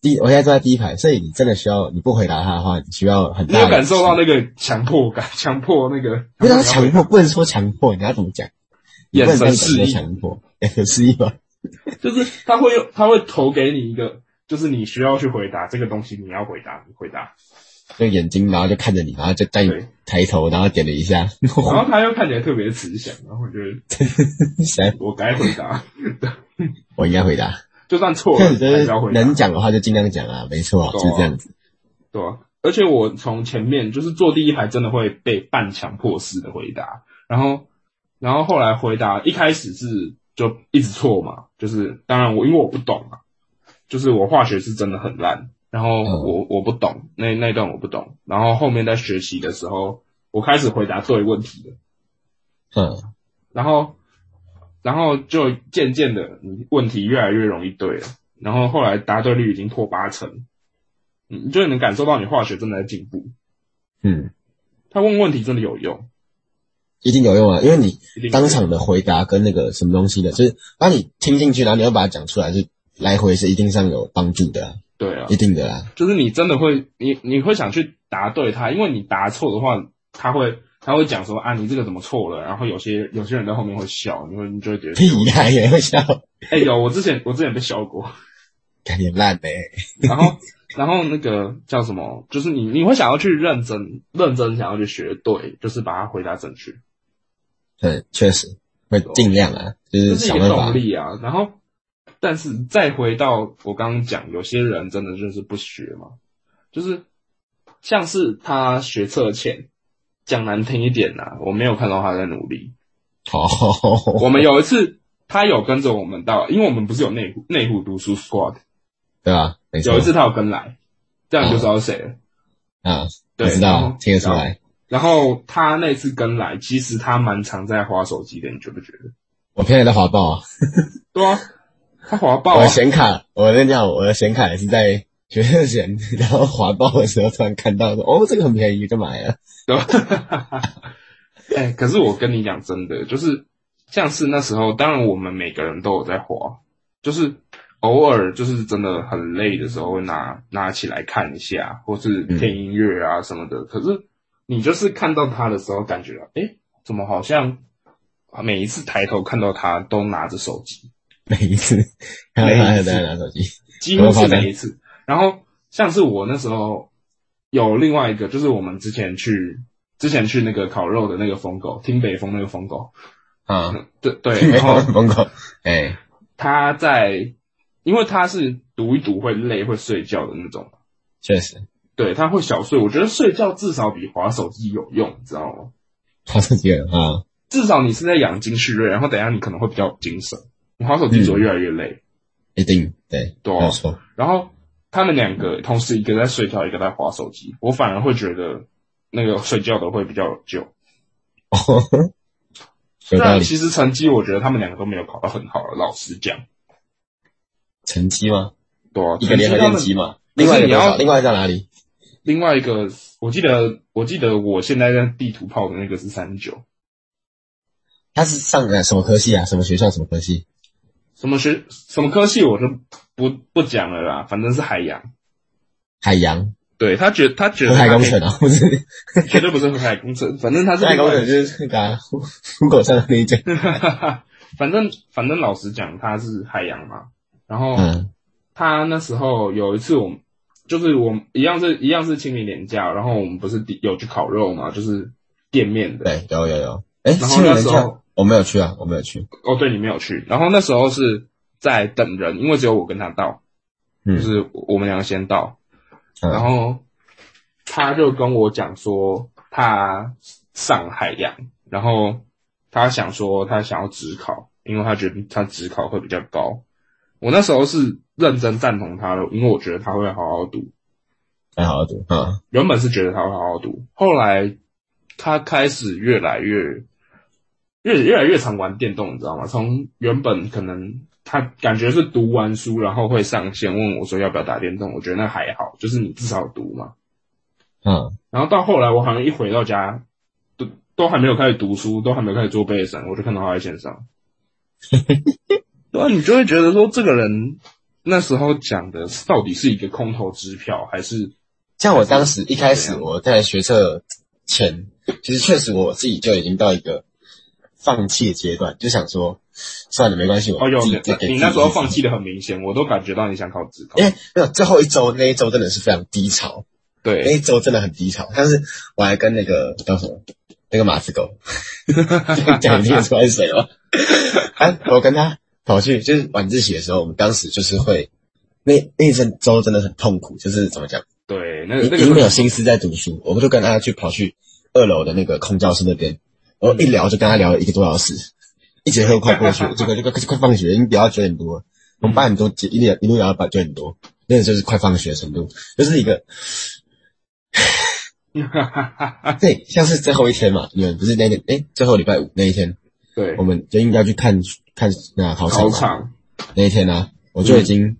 Speaker 1: 第我现在坐在第一排，所以你真的需要，你不回答他的话，你需要很
Speaker 2: 你
Speaker 1: 大
Speaker 2: 有
Speaker 1: 的。
Speaker 2: 感受到？那个强迫感，强迫那 个
Speaker 1: 不要啊强迫，不能说强迫，你要怎么讲？你不能这样讲说强迫，眼神示意吗？
Speaker 2: 就是他 会用，他会投给你一个，就是你需要去回答这个东西，你要回答，你回答。
Speaker 1: 就眼睛，然后就看着你，然后就带你
Speaker 2: 对
Speaker 1: 抬头，然后点了一下，
Speaker 2: 然后他又看起来特别慈祥，然后我觉得
Speaker 1: 谁？
Speaker 2: 我该 回答，
Speaker 1: 我应该回答。
Speaker 2: 就算错了
Speaker 1: 但你就
Speaker 2: 还
Speaker 1: 是
Speaker 2: 是要回答，
Speaker 1: 能讲的话就尽量讲啊，没错，
Speaker 2: 对
Speaker 1: 就
Speaker 2: 啊
Speaker 1: 是这样子。
Speaker 2: 对啊而且我从前面就是坐第一排，真的会被半强迫式的回答，然后，然后后来回答一开始是就一直错嘛，就是当然我因为我不懂嘛，就是我化学是真的很烂，然后
Speaker 1: 嗯
Speaker 2: 我我不懂那那段我不懂，然后后面在学习的时候，我开始回答对问题了，
Speaker 1: 嗯，
Speaker 2: 然后，然后就渐渐的你问题越来越容易对了，然后后来答对率已经破八成，你就能感受到你化学真的在进步。
Speaker 1: 嗯，
Speaker 2: 他问问题真的有用，
Speaker 1: 一定有用啊，因为你
Speaker 2: 一定
Speaker 1: 当场的回答跟那个什么东西的，就是把你听进去，然后你要把它讲出来，是来回是一定上有帮助的啊、
Speaker 2: 对啊
Speaker 1: 一，定的啦。
Speaker 2: 就是你真的会，你你会想去答对他，因为你答错的话，他会他会讲说啊，你这个怎么错了？然后有些有些人在后面会笑，你会你就会觉得，
Speaker 1: 屁啦，也会笑，
Speaker 2: 哎、有我之前我之前被笑过，
Speaker 1: 感觉烂欸呗、
Speaker 2: 然后然后那个叫什么，就是你你会想要去认真认真想要去学对，就是把它回答正确，
Speaker 1: 嗯，确实会尽量啊，就是
Speaker 2: 这是一
Speaker 1: 想
Speaker 2: 个
Speaker 1: 办
Speaker 2: 动
Speaker 1: 法。
Speaker 2: 力啊。然后，但是再回到我刚刚讲，有些人真的就是不学嘛，就是像是他学测前，讲难听一点呐、我没有看到他在努力。
Speaker 1: 哦，
Speaker 2: 我们有一次，他有跟着我们到，因为我们不是有内湖内湖读书 squad，
Speaker 1: 对吧？没错
Speaker 2: 有一次他有跟来，这样你就知道是谁了。
Speaker 1: 啊，我
Speaker 2: 对，嗯
Speaker 1: 知
Speaker 2: 然
Speaker 1: 道
Speaker 2: 后，
Speaker 1: 听得出。来。
Speaker 2: 然后他那次跟来，其实他蛮常在划手机的，你觉不觉得？
Speaker 1: 我现在在滑爆啊，
Speaker 2: 对啊，他划爆
Speaker 1: 我
Speaker 2: 啊
Speaker 1: 的，显卡，我跟你讲，我的显卡也是在学生前，然后滑爆的时候突然看到说，哦，这个很便宜，就买了。
Speaker 2: 对吧？哎、可是我跟你讲真的，就是像是那时候，当然我们每个人都有在滑，就是偶尔就是真的很累的时候会拿拿起来看一下，或是听音乐啊什么的。可是你就是看到他的时候，感觉哎、怎么好像啊每一次抬头看到他都拿着手机，
Speaker 1: 每一次，然后他还在拿手机，
Speaker 2: 几乎是每一次。然后像是我那时候有另外一个，就是我们之前去之前去那个烤肉的那个疯狗，听北风那个疯狗，
Speaker 1: 啊，
Speaker 2: 对对，
Speaker 1: 没
Speaker 2: 然后
Speaker 1: 有疯狗，哎，
Speaker 2: 他在，因为他是读一读会累会睡觉的那种，
Speaker 1: 确实，
Speaker 2: 对，他会小睡。我觉得睡觉至少比划手机有用，你知道吗？
Speaker 1: 滑手机了 啊，
Speaker 2: 至少你是在养精蓄锐，然后等一下你可能会比较有精神。你划手机只会越来越累，
Speaker 1: 一定对，
Speaker 2: 对
Speaker 1: 没
Speaker 2: 啊
Speaker 1: 有错，
Speaker 2: 然后他们两个同时一个在睡觉，一个在划手机，我反而会觉得那个睡觉的会比较有救。
Speaker 1: 哦 有道
Speaker 2: 但
Speaker 1: 理。
Speaker 2: 其实成绩我觉得他们两个都没有考得很好了，老实讲，
Speaker 1: 成绩吗？
Speaker 2: 对啊，
Speaker 1: 一个联合
Speaker 2: 成绩他
Speaker 1: 电
Speaker 2: 们
Speaker 1: 机嘛，
Speaker 2: 可
Speaker 1: 另
Speaker 2: 是
Speaker 1: 外一个
Speaker 2: 你
Speaker 1: 多
Speaker 2: 要
Speaker 1: 少？另外一个在哪里？
Speaker 2: 另外一个，我记得我记得我现在在地图炮的那个是三九，
Speaker 1: 他是上呃什么科系啊？什么学校？什么科系？
Speaker 2: 什么学什么科系我就不不讲了啦，反正是海洋。
Speaker 1: 海洋、
Speaker 2: 对他觉他觉得
Speaker 1: 河海
Speaker 2: 他
Speaker 1: 工
Speaker 2: 可以
Speaker 1: 程啊，不是
Speaker 2: 绝对不是河海工程，反正他是
Speaker 1: 河海工程
Speaker 2: 另
Speaker 1: 就是那个啊虎虎口上的那一件，
Speaker 2: 外的， 反正反正老实讲他是海洋嘛。然后
Speaker 1: 嗯
Speaker 2: 他那时候有一次我们就是我们一样是一样是清明年假，然后我们不是第有去烤肉嘛，就是店面的。
Speaker 1: 对，有有有。哎，
Speaker 2: 然后
Speaker 1: 青
Speaker 2: 那
Speaker 1: 年
Speaker 2: 时
Speaker 1: 教
Speaker 2: 候
Speaker 1: 我没有去啊，我没有去。
Speaker 2: 哦，对你没有去。然后那时候是在等人，因为只有我跟他到，
Speaker 1: 嗯
Speaker 2: 就是我们两个先到，
Speaker 1: 嗯
Speaker 2: 然后他就跟我讲说他上海洋，然后他想说他想要职考，因为他觉得他职考会比较高。我那时候是认真赞同他的，因为我觉得他会好好读。
Speaker 1: 还好好读啊，
Speaker 2: 原本是觉得他会好好读，后来他开始越来越越越来越常玩电动，你知道吗？从原本可能他感觉是读完书然后会上线，问我说要不要打电动，我觉得那还好，就是你至少有读嘛。
Speaker 1: 嗯，
Speaker 2: 然后到后来，我好像一回到家，都都还没有开始读书，都还没有开始做背审，我就看到他在线上。 对啊，你就会觉得说，这个人那时候讲的到底是一个空头支票，还是
Speaker 1: 像我当时一开始
Speaker 2: 怎样
Speaker 1: 我在学测前，其实确实我自己就已经到一个放弃的阶段，就想说算了，没关系，我
Speaker 2: 哦，有
Speaker 1: 自己
Speaker 2: 你
Speaker 1: 再给
Speaker 2: 你
Speaker 1: 自己哎
Speaker 2: 那时候
Speaker 1: 一次
Speaker 2: 放弃的很明显，我都感觉到你想考自考
Speaker 1: 因。为没有最后一周那一周真的是非常低潮，那
Speaker 2: 对，
Speaker 1: 一周真的很低潮。但是我还跟那个叫什么那个马子狗讲你听得出来是谁吗？啊，我跟他跑去就是晚自习的时候，我们当时就是会那那一阵周真的很痛苦，就是怎么讲，
Speaker 2: 对，那
Speaker 1: 已
Speaker 2: 个那
Speaker 1: 已经没有
Speaker 2: 个
Speaker 1: 心思在读书，我们就跟他去跑去二楼的那个空教室那边，然后一聊就跟他聊了一个多小时，一直喝快过去，这个这个快放学，已经聊到九点多了，从八点多一点一路聊到八九点多，那个就是快放学的程度，就是一 个对，像是最后一天嘛，你们不是那天哎、最后礼拜五那一天，
Speaker 2: 对
Speaker 1: 我们就应该去看看那考场
Speaker 2: 考
Speaker 1: 嘛
Speaker 2: 场，
Speaker 1: 那一天啊，我就已经、
Speaker 2: 嗯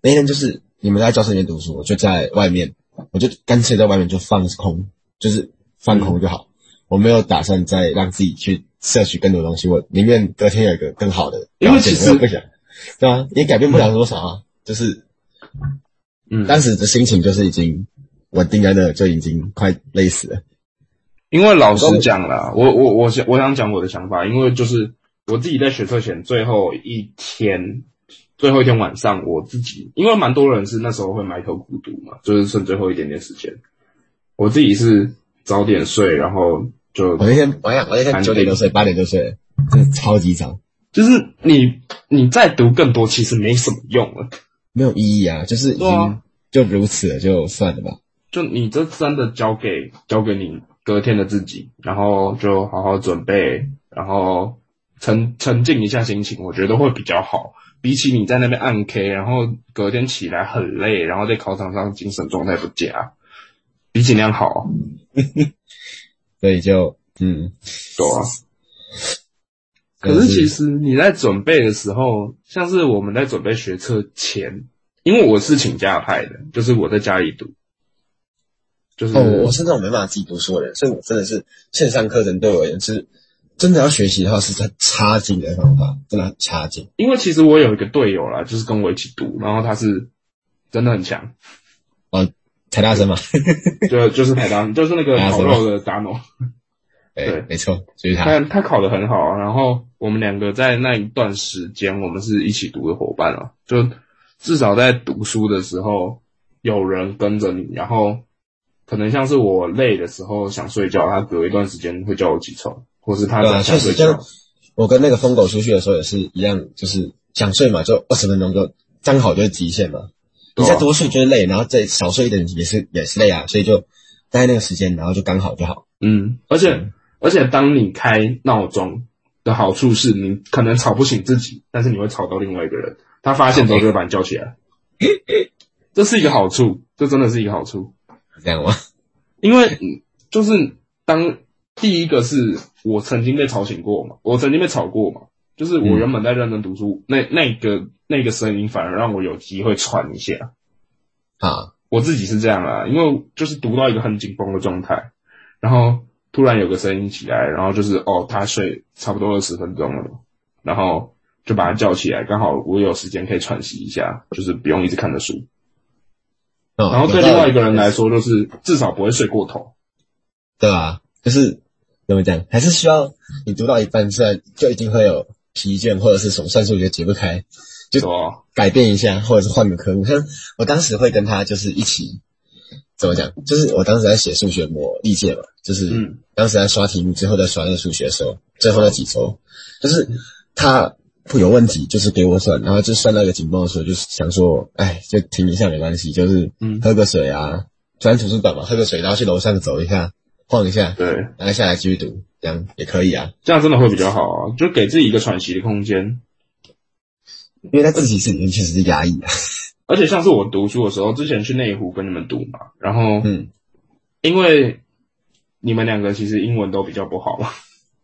Speaker 1: 那一天就是你们在教室里面读书，我就在外面，我就干脆在外面就放空，就是放空就好。
Speaker 2: 嗯
Speaker 1: 我没有打算再让自己去摄取更多东西，我宁愿隔天有一个更好的
Speaker 2: 因为
Speaker 1: 表现
Speaker 2: 其实
Speaker 1: 我也不想，对啊，也改变不了多少啊。就是
Speaker 2: 嗯，
Speaker 1: 当时的心情就是已经稳定在那，就已经快累死了。
Speaker 2: 因为老实讲啦，我我我想我想讲我的想法，因为就是我自己在学测前最后一天，最后一天晚上，我自己因为蛮多人是那时候会埋头苦读嘛，就是剩最后一点点时间，我自己是早点睡，然后就
Speaker 1: 我那天，我想我那天九点多睡，八点就睡了，真的超级早，
Speaker 2: 就是你你再读更多其实没什么用了，
Speaker 1: 没有意义啊，就是已
Speaker 2: 对
Speaker 1: 经
Speaker 2: 啊
Speaker 1: 就如此了，就算了吧。
Speaker 2: 就你这真的交给交给你隔天的自己，然后就好好准备，然后沉沉静一下心情，我觉得会比较好。比起你在那边暗 K，然后隔天起来很累，然后在考场上精神状态不佳，比起那样好，
Speaker 1: 所以就嗯，
Speaker 2: 对啊。
Speaker 1: 真
Speaker 2: 可
Speaker 1: 的
Speaker 2: 是其实你在准备的时候，像是我们在准备学测前，因为我是请假派的，就是我在家里读，就是
Speaker 1: 哦，我我是那种没办法自己读书的人，所以我真的是线上课程对我而言是真的要学习的话，是很差劲的方法，真的很差劲。
Speaker 2: 因为其实我有一个队友啦，就是跟我一起读，然后他是真的很强，
Speaker 1: 才大声嘛，
Speaker 2: 就就是台大，就是那个烤肉 的达诺，
Speaker 1: 对
Speaker 2: 对，
Speaker 1: 没错，就是他。
Speaker 2: 他他考得很好，啊然后我们两个在那一段时间，我们是一起读的伙伴哦，就至少在读书的时候有人跟着你，然后可能像是我累的时候想睡觉，他隔一段时间会叫我起床，或是他
Speaker 1: 对啊，
Speaker 2: 想
Speaker 1: 确
Speaker 2: 睡
Speaker 1: 实，
Speaker 2: 觉，
Speaker 1: 就我跟那个疯狗出去的时候也是一样，就是想睡嘛，就二十分钟就刚好就是极限嘛。你
Speaker 2: 对啊
Speaker 1: 再多睡就是累，然后再少睡一点也是也是累啊，所以就待那个时间，然后就刚好就好。
Speaker 2: 嗯，而且、
Speaker 1: 嗯
Speaker 2: 而且当你开闹钟的好处是你可能吵不醒自己，但是你会吵到另外一个人，他发现之后就会把你叫起来， 这是一个好处，这真的是一个好处，
Speaker 1: 这样吗？
Speaker 2: 因为嗯就是当第一个是我曾经被吵醒过嘛，我曾经被吵过嘛，就是我
Speaker 1: 嗯
Speaker 2: 原本在认真读书，那那个那个声音反而让我有机会喘一下，
Speaker 1: 啊，
Speaker 2: 我自己是这样啦，因为就是读到一个很紧绷的状态，然后突然有个声音起来，然后就是哦，他睡差不多二十分钟了，然后就把他叫起来，刚好我有时间可以喘息一下，就是不用一直看着书。
Speaker 1: 嗯
Speaker 2: 然后对另外一个人来说，就是至少不会睡过头。
Speaker 1: 对啊，就是怎么讲，还是需要你读到一半，虽然就一定会有疲倦或者是什么算数学解不开，就
Speaker 2: 说
Speaker 1: 改变一下，或者是换个科目。像我当时会跟他就是一起，怎么讲？就是我当时在写数学模历届嘛，就是
Speaker 2: 嗯
Speaker 1: 当时在刷题目，最后在刷那个数学的时候，最后那几周，就是他会有问题，就是给我算，然后就算到一个紧绷的时候，就是想说，哎，就停一下没关系，就是
Speaker 2: 嗯
Speaker 1: 喝个水啊，转图书馆嘛，喝个水，然后去楼上走一下，晃一下，
Speaker 2: 对，
Speaker 1: 然后下来继续读，这样也可以啊。
Speaker 2: 这样真的会比较好啊，就给自己一个喘息的空间。
Speaker 1: 因为在自习室里面确实是压抑啊。
Speaker 2: 而且像是我读书的时候，之前去内湖跟你们读嘛，然后
Speaker 1: 嗯，
Speaker 2: 因为你们两个其实英文都比较不好嘛，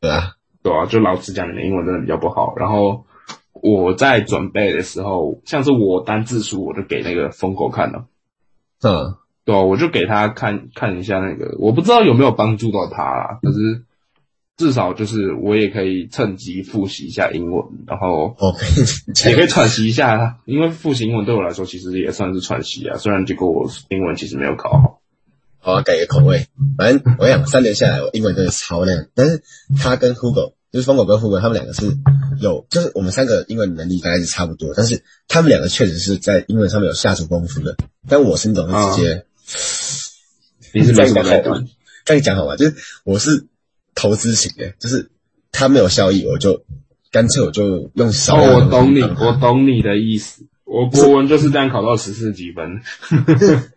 Speaker 1: 对啊，
Speaker 2: 对啊，就老实讲，你的英文真的比较不好。然后我在准备的时候，像是我单字书，我就给那个疯狗看了，
Speaker 1: 嗯，
Speaker 2: 对啊，我就给他看看一下那个，我不知道有没有帮助到他啦，可是至少就是我也可以趁机复习一下英文，然后
Speaker 1: 我跟你讲
Speaker 2: 也可以喘息一下啦，因为复习英文对我来说其实也算是喘息啊，虽然结果我英文其实没有考好，
Speaker 1: 我要哦改个口味。反正我想三年下来，我英文真的超亮。但是他跟 Hugo，就是疯狗跟 Hugo，他们两个是有，就是我们三个英文能力大概是差不多，但是啊他们两个确实是在英文上面有下足功夫的。但我是那种是直接，
Speaker 2: 你是没什么在管。
Speaker 1: 这样讲好吧？就是我是投资型的，就是它没有效益，我就干脆我就用啊少
Speaker 2: 哦，
Speaker 1: 量的
Speaker 2: 我
Speaker 1: 东西
Speaker 2: 懂
Speaker 1: 帮
Speaker 2: 你，
Speaker 1: 它
Speaker 2: 我懂你的意思。我国文就是这样考到十四几分，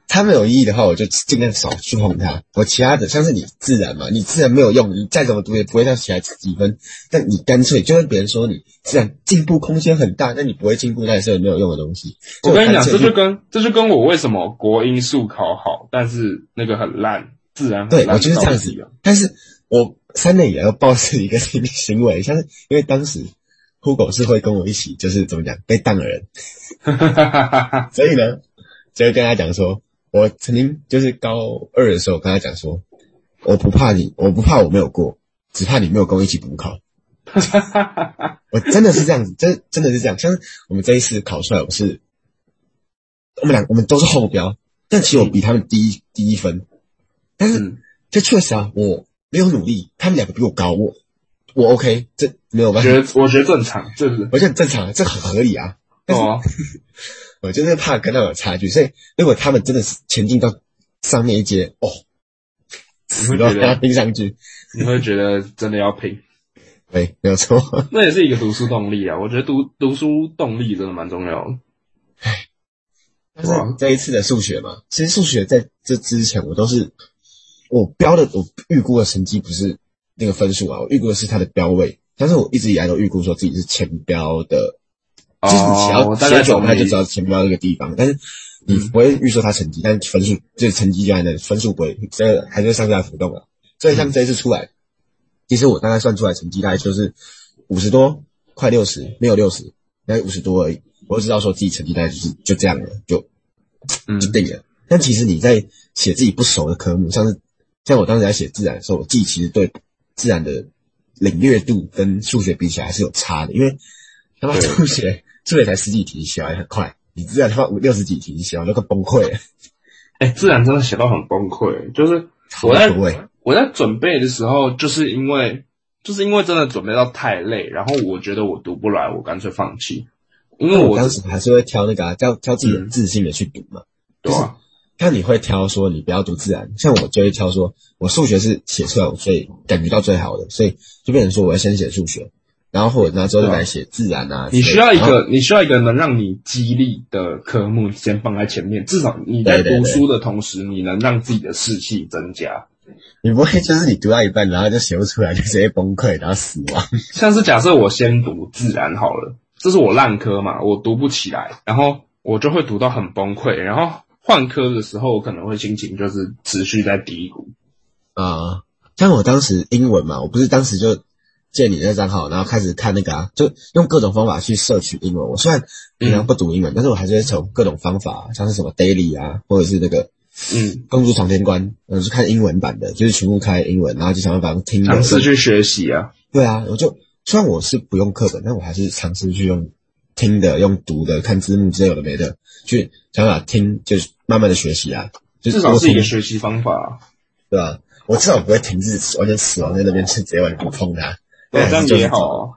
Speaker 1: 它没有意义的话，我就尽量少去碰它。我其他的像是你自然嘛，你自然没有用，你再怎么读也不会到其他几分。但你干脆就跟别人说你自然进步空间很大，那你不会进步，那也是很没有用的东西。
Speaker 2: 我跟你讲，
Speaker 1: 所以
Speaker 2: 这
Speaker 1: 我干脆
Speaker 2: 就跟这就跟我为什么国英数考好，但是那个很烂，自然很
Speaker 1: 对
Speaker 2: 烂
Speaker 1: 我就是这样
Speaker 2: 道理啊
Speaker 1: 子。但是我三年以来都保持一个 新行为，像是因为当时酷狗是会跟我一起，就是怎么讲被当的人， 所以呢，就会跟他讲说，我曾经就是高二的时候跟他讲说，我不怕你，我不怕我没有过，只怕你没有跟我一起补考。 我真的是这样子，真真的是这样。像是我们这一次考出来，我是我们两我们都是后标，但其实我比他们低低一分，但是
Speaker 2: 嗯
Speaker 1: 这确实啊，我没有努力，他们两个比我高，我我 OK，这没有
Speaker 2: 我
Speaker 1: 办
Speaker 2: 觉
Speaker 1: 法，
Speaker 2: 得我觉得正常，这是
Speaker 1: 我觉得很正常，这很合理啊。
Speaker 2: 哦，
Speaker 1: 我就是怕跟他们有差距，所以如果他们真的是前进到上面一阶，哦，
Speaker 2: 你会
Speaker 1: 然后
Speaker 2: 觉
Speaker 1: 跟他
Speaker 2: 得
Speaker 1: 拼上去，
Speaker 2: 你会觉得真的要拼，
Speaker 1: 对，没有错。
Speaker 2: 那也是一个读书动力啊。我觉得读读书动力真的蛮重要的。
Speaker 1: 但是这一次的数学嘛，其实数学在这之前我都是我标的，我预估的成绩不是那个分数啊，我预估的是它的标位，但是我一直以来都预估说自己是前标的就是你只
Speaker 2: 哦，
Speaker 1: 要
Speaker 2: 我大概
Speaker 1: 写久，
Speaker 2: 懂
Speaker 1: 他就
Speaker 2: 你
Speaker 1: 知道前标这个地方，但是你不会预测他成绩，但是分数就是成绩就在那里，分数不会这还是上下浮动啊。所以像这一次出来，其实我大概算出来成绩大概就是五十多，快六十，没有六十，大概五十多而已。我就知道说自己成绩大概就是就这样了，就
Speaker 2: 嗯
Speaker 1: 就定了。但其实你在写自己不熟的科目，像是像我当时在写自然的时候，我自己其实对自然的领略度跟数学比起来还是有差的，因为他妈
Speaker 2: 对
Speaker 1: 数学数学才十几题写完很快，你自然他妈五六十几题写完都快崩溃了。
Speaker 2: 哎、自然真的写到很崩溃，就是我在
Speaker 1: 超崩溃
Speaker 2: 我在准备的时候，就是因为就是因为真的准备到太累，然后我觉得我读不来，我干脆放弃，因为
Speaker 1: 那
Speaker 2: 我嗯
Speaker 1: 我当时还是会挑那个、啊、挑挑自己的自信的去读嘛。
Speaker 2: 对啊，
Speaker 1: 那你会挑说你不要读自然，像我就会挑说，我数学是写出来，我最感觉到最好的，所以就变成说我要先写数学，然后或者那之后就来写自然啊。
Speaker 2: 哦你
Speaker 1: 之类
Speaker 2: 需
Speaker 1: 的
Speaker 2: 要一
Speaker 1: 然后
Speaker 2: 个你需要一个能让你激励的科目先放在前面，至少你在
Speaker 1: 对对
Speaker 2: 读
Speaker 1: 对
Speaker 2: 书的同时，你能让自己的士气增加。
Speaker 1: 你不会就是你读到一半，然后就写不出来，就直接崩溃，然后死亡。
Speaker 2: 像是假设我先读自然好了，这是我烂科嘛，我读不起来，然后我就会读到很崩溃，然后换科的时候，我可能会心情就是持续在低谷。
Speaker 1: 啊、像我当时英文嘛，我不是当时就借你那张号，然后开始看那个啊，就用各种方法去摄取英文。我虽然平常不读英文，但是我还是会从各种方法，像是什么 daily 啊，或者是那个
Speaker 2: 嗯，
Speaker 1: 公主闯天关，我是看英文版的，就是全部开英文，然后就想办法听的。
Speaker 2: 尝试去学习啊。
Speaker 1: 对啊，我就虽然我是不用课本，但我还是尝试去用听的、用读的、看字幕之类有的没的，去想办法听，就是慢慢的学习啊。就
Speaker 2: 至少是一个
Speaker 1: 我
Speaker 2: 学习方法、啊。
Speaker 1: 对吧、我至少不会停滞，完全死亡在那边，是直接完全不碰它。
Speaker 2: 对，哦
Speaker 1: 但
Speaker 2: 这样
Speaker 1: 是就是
Speaker 2: 也好、啊。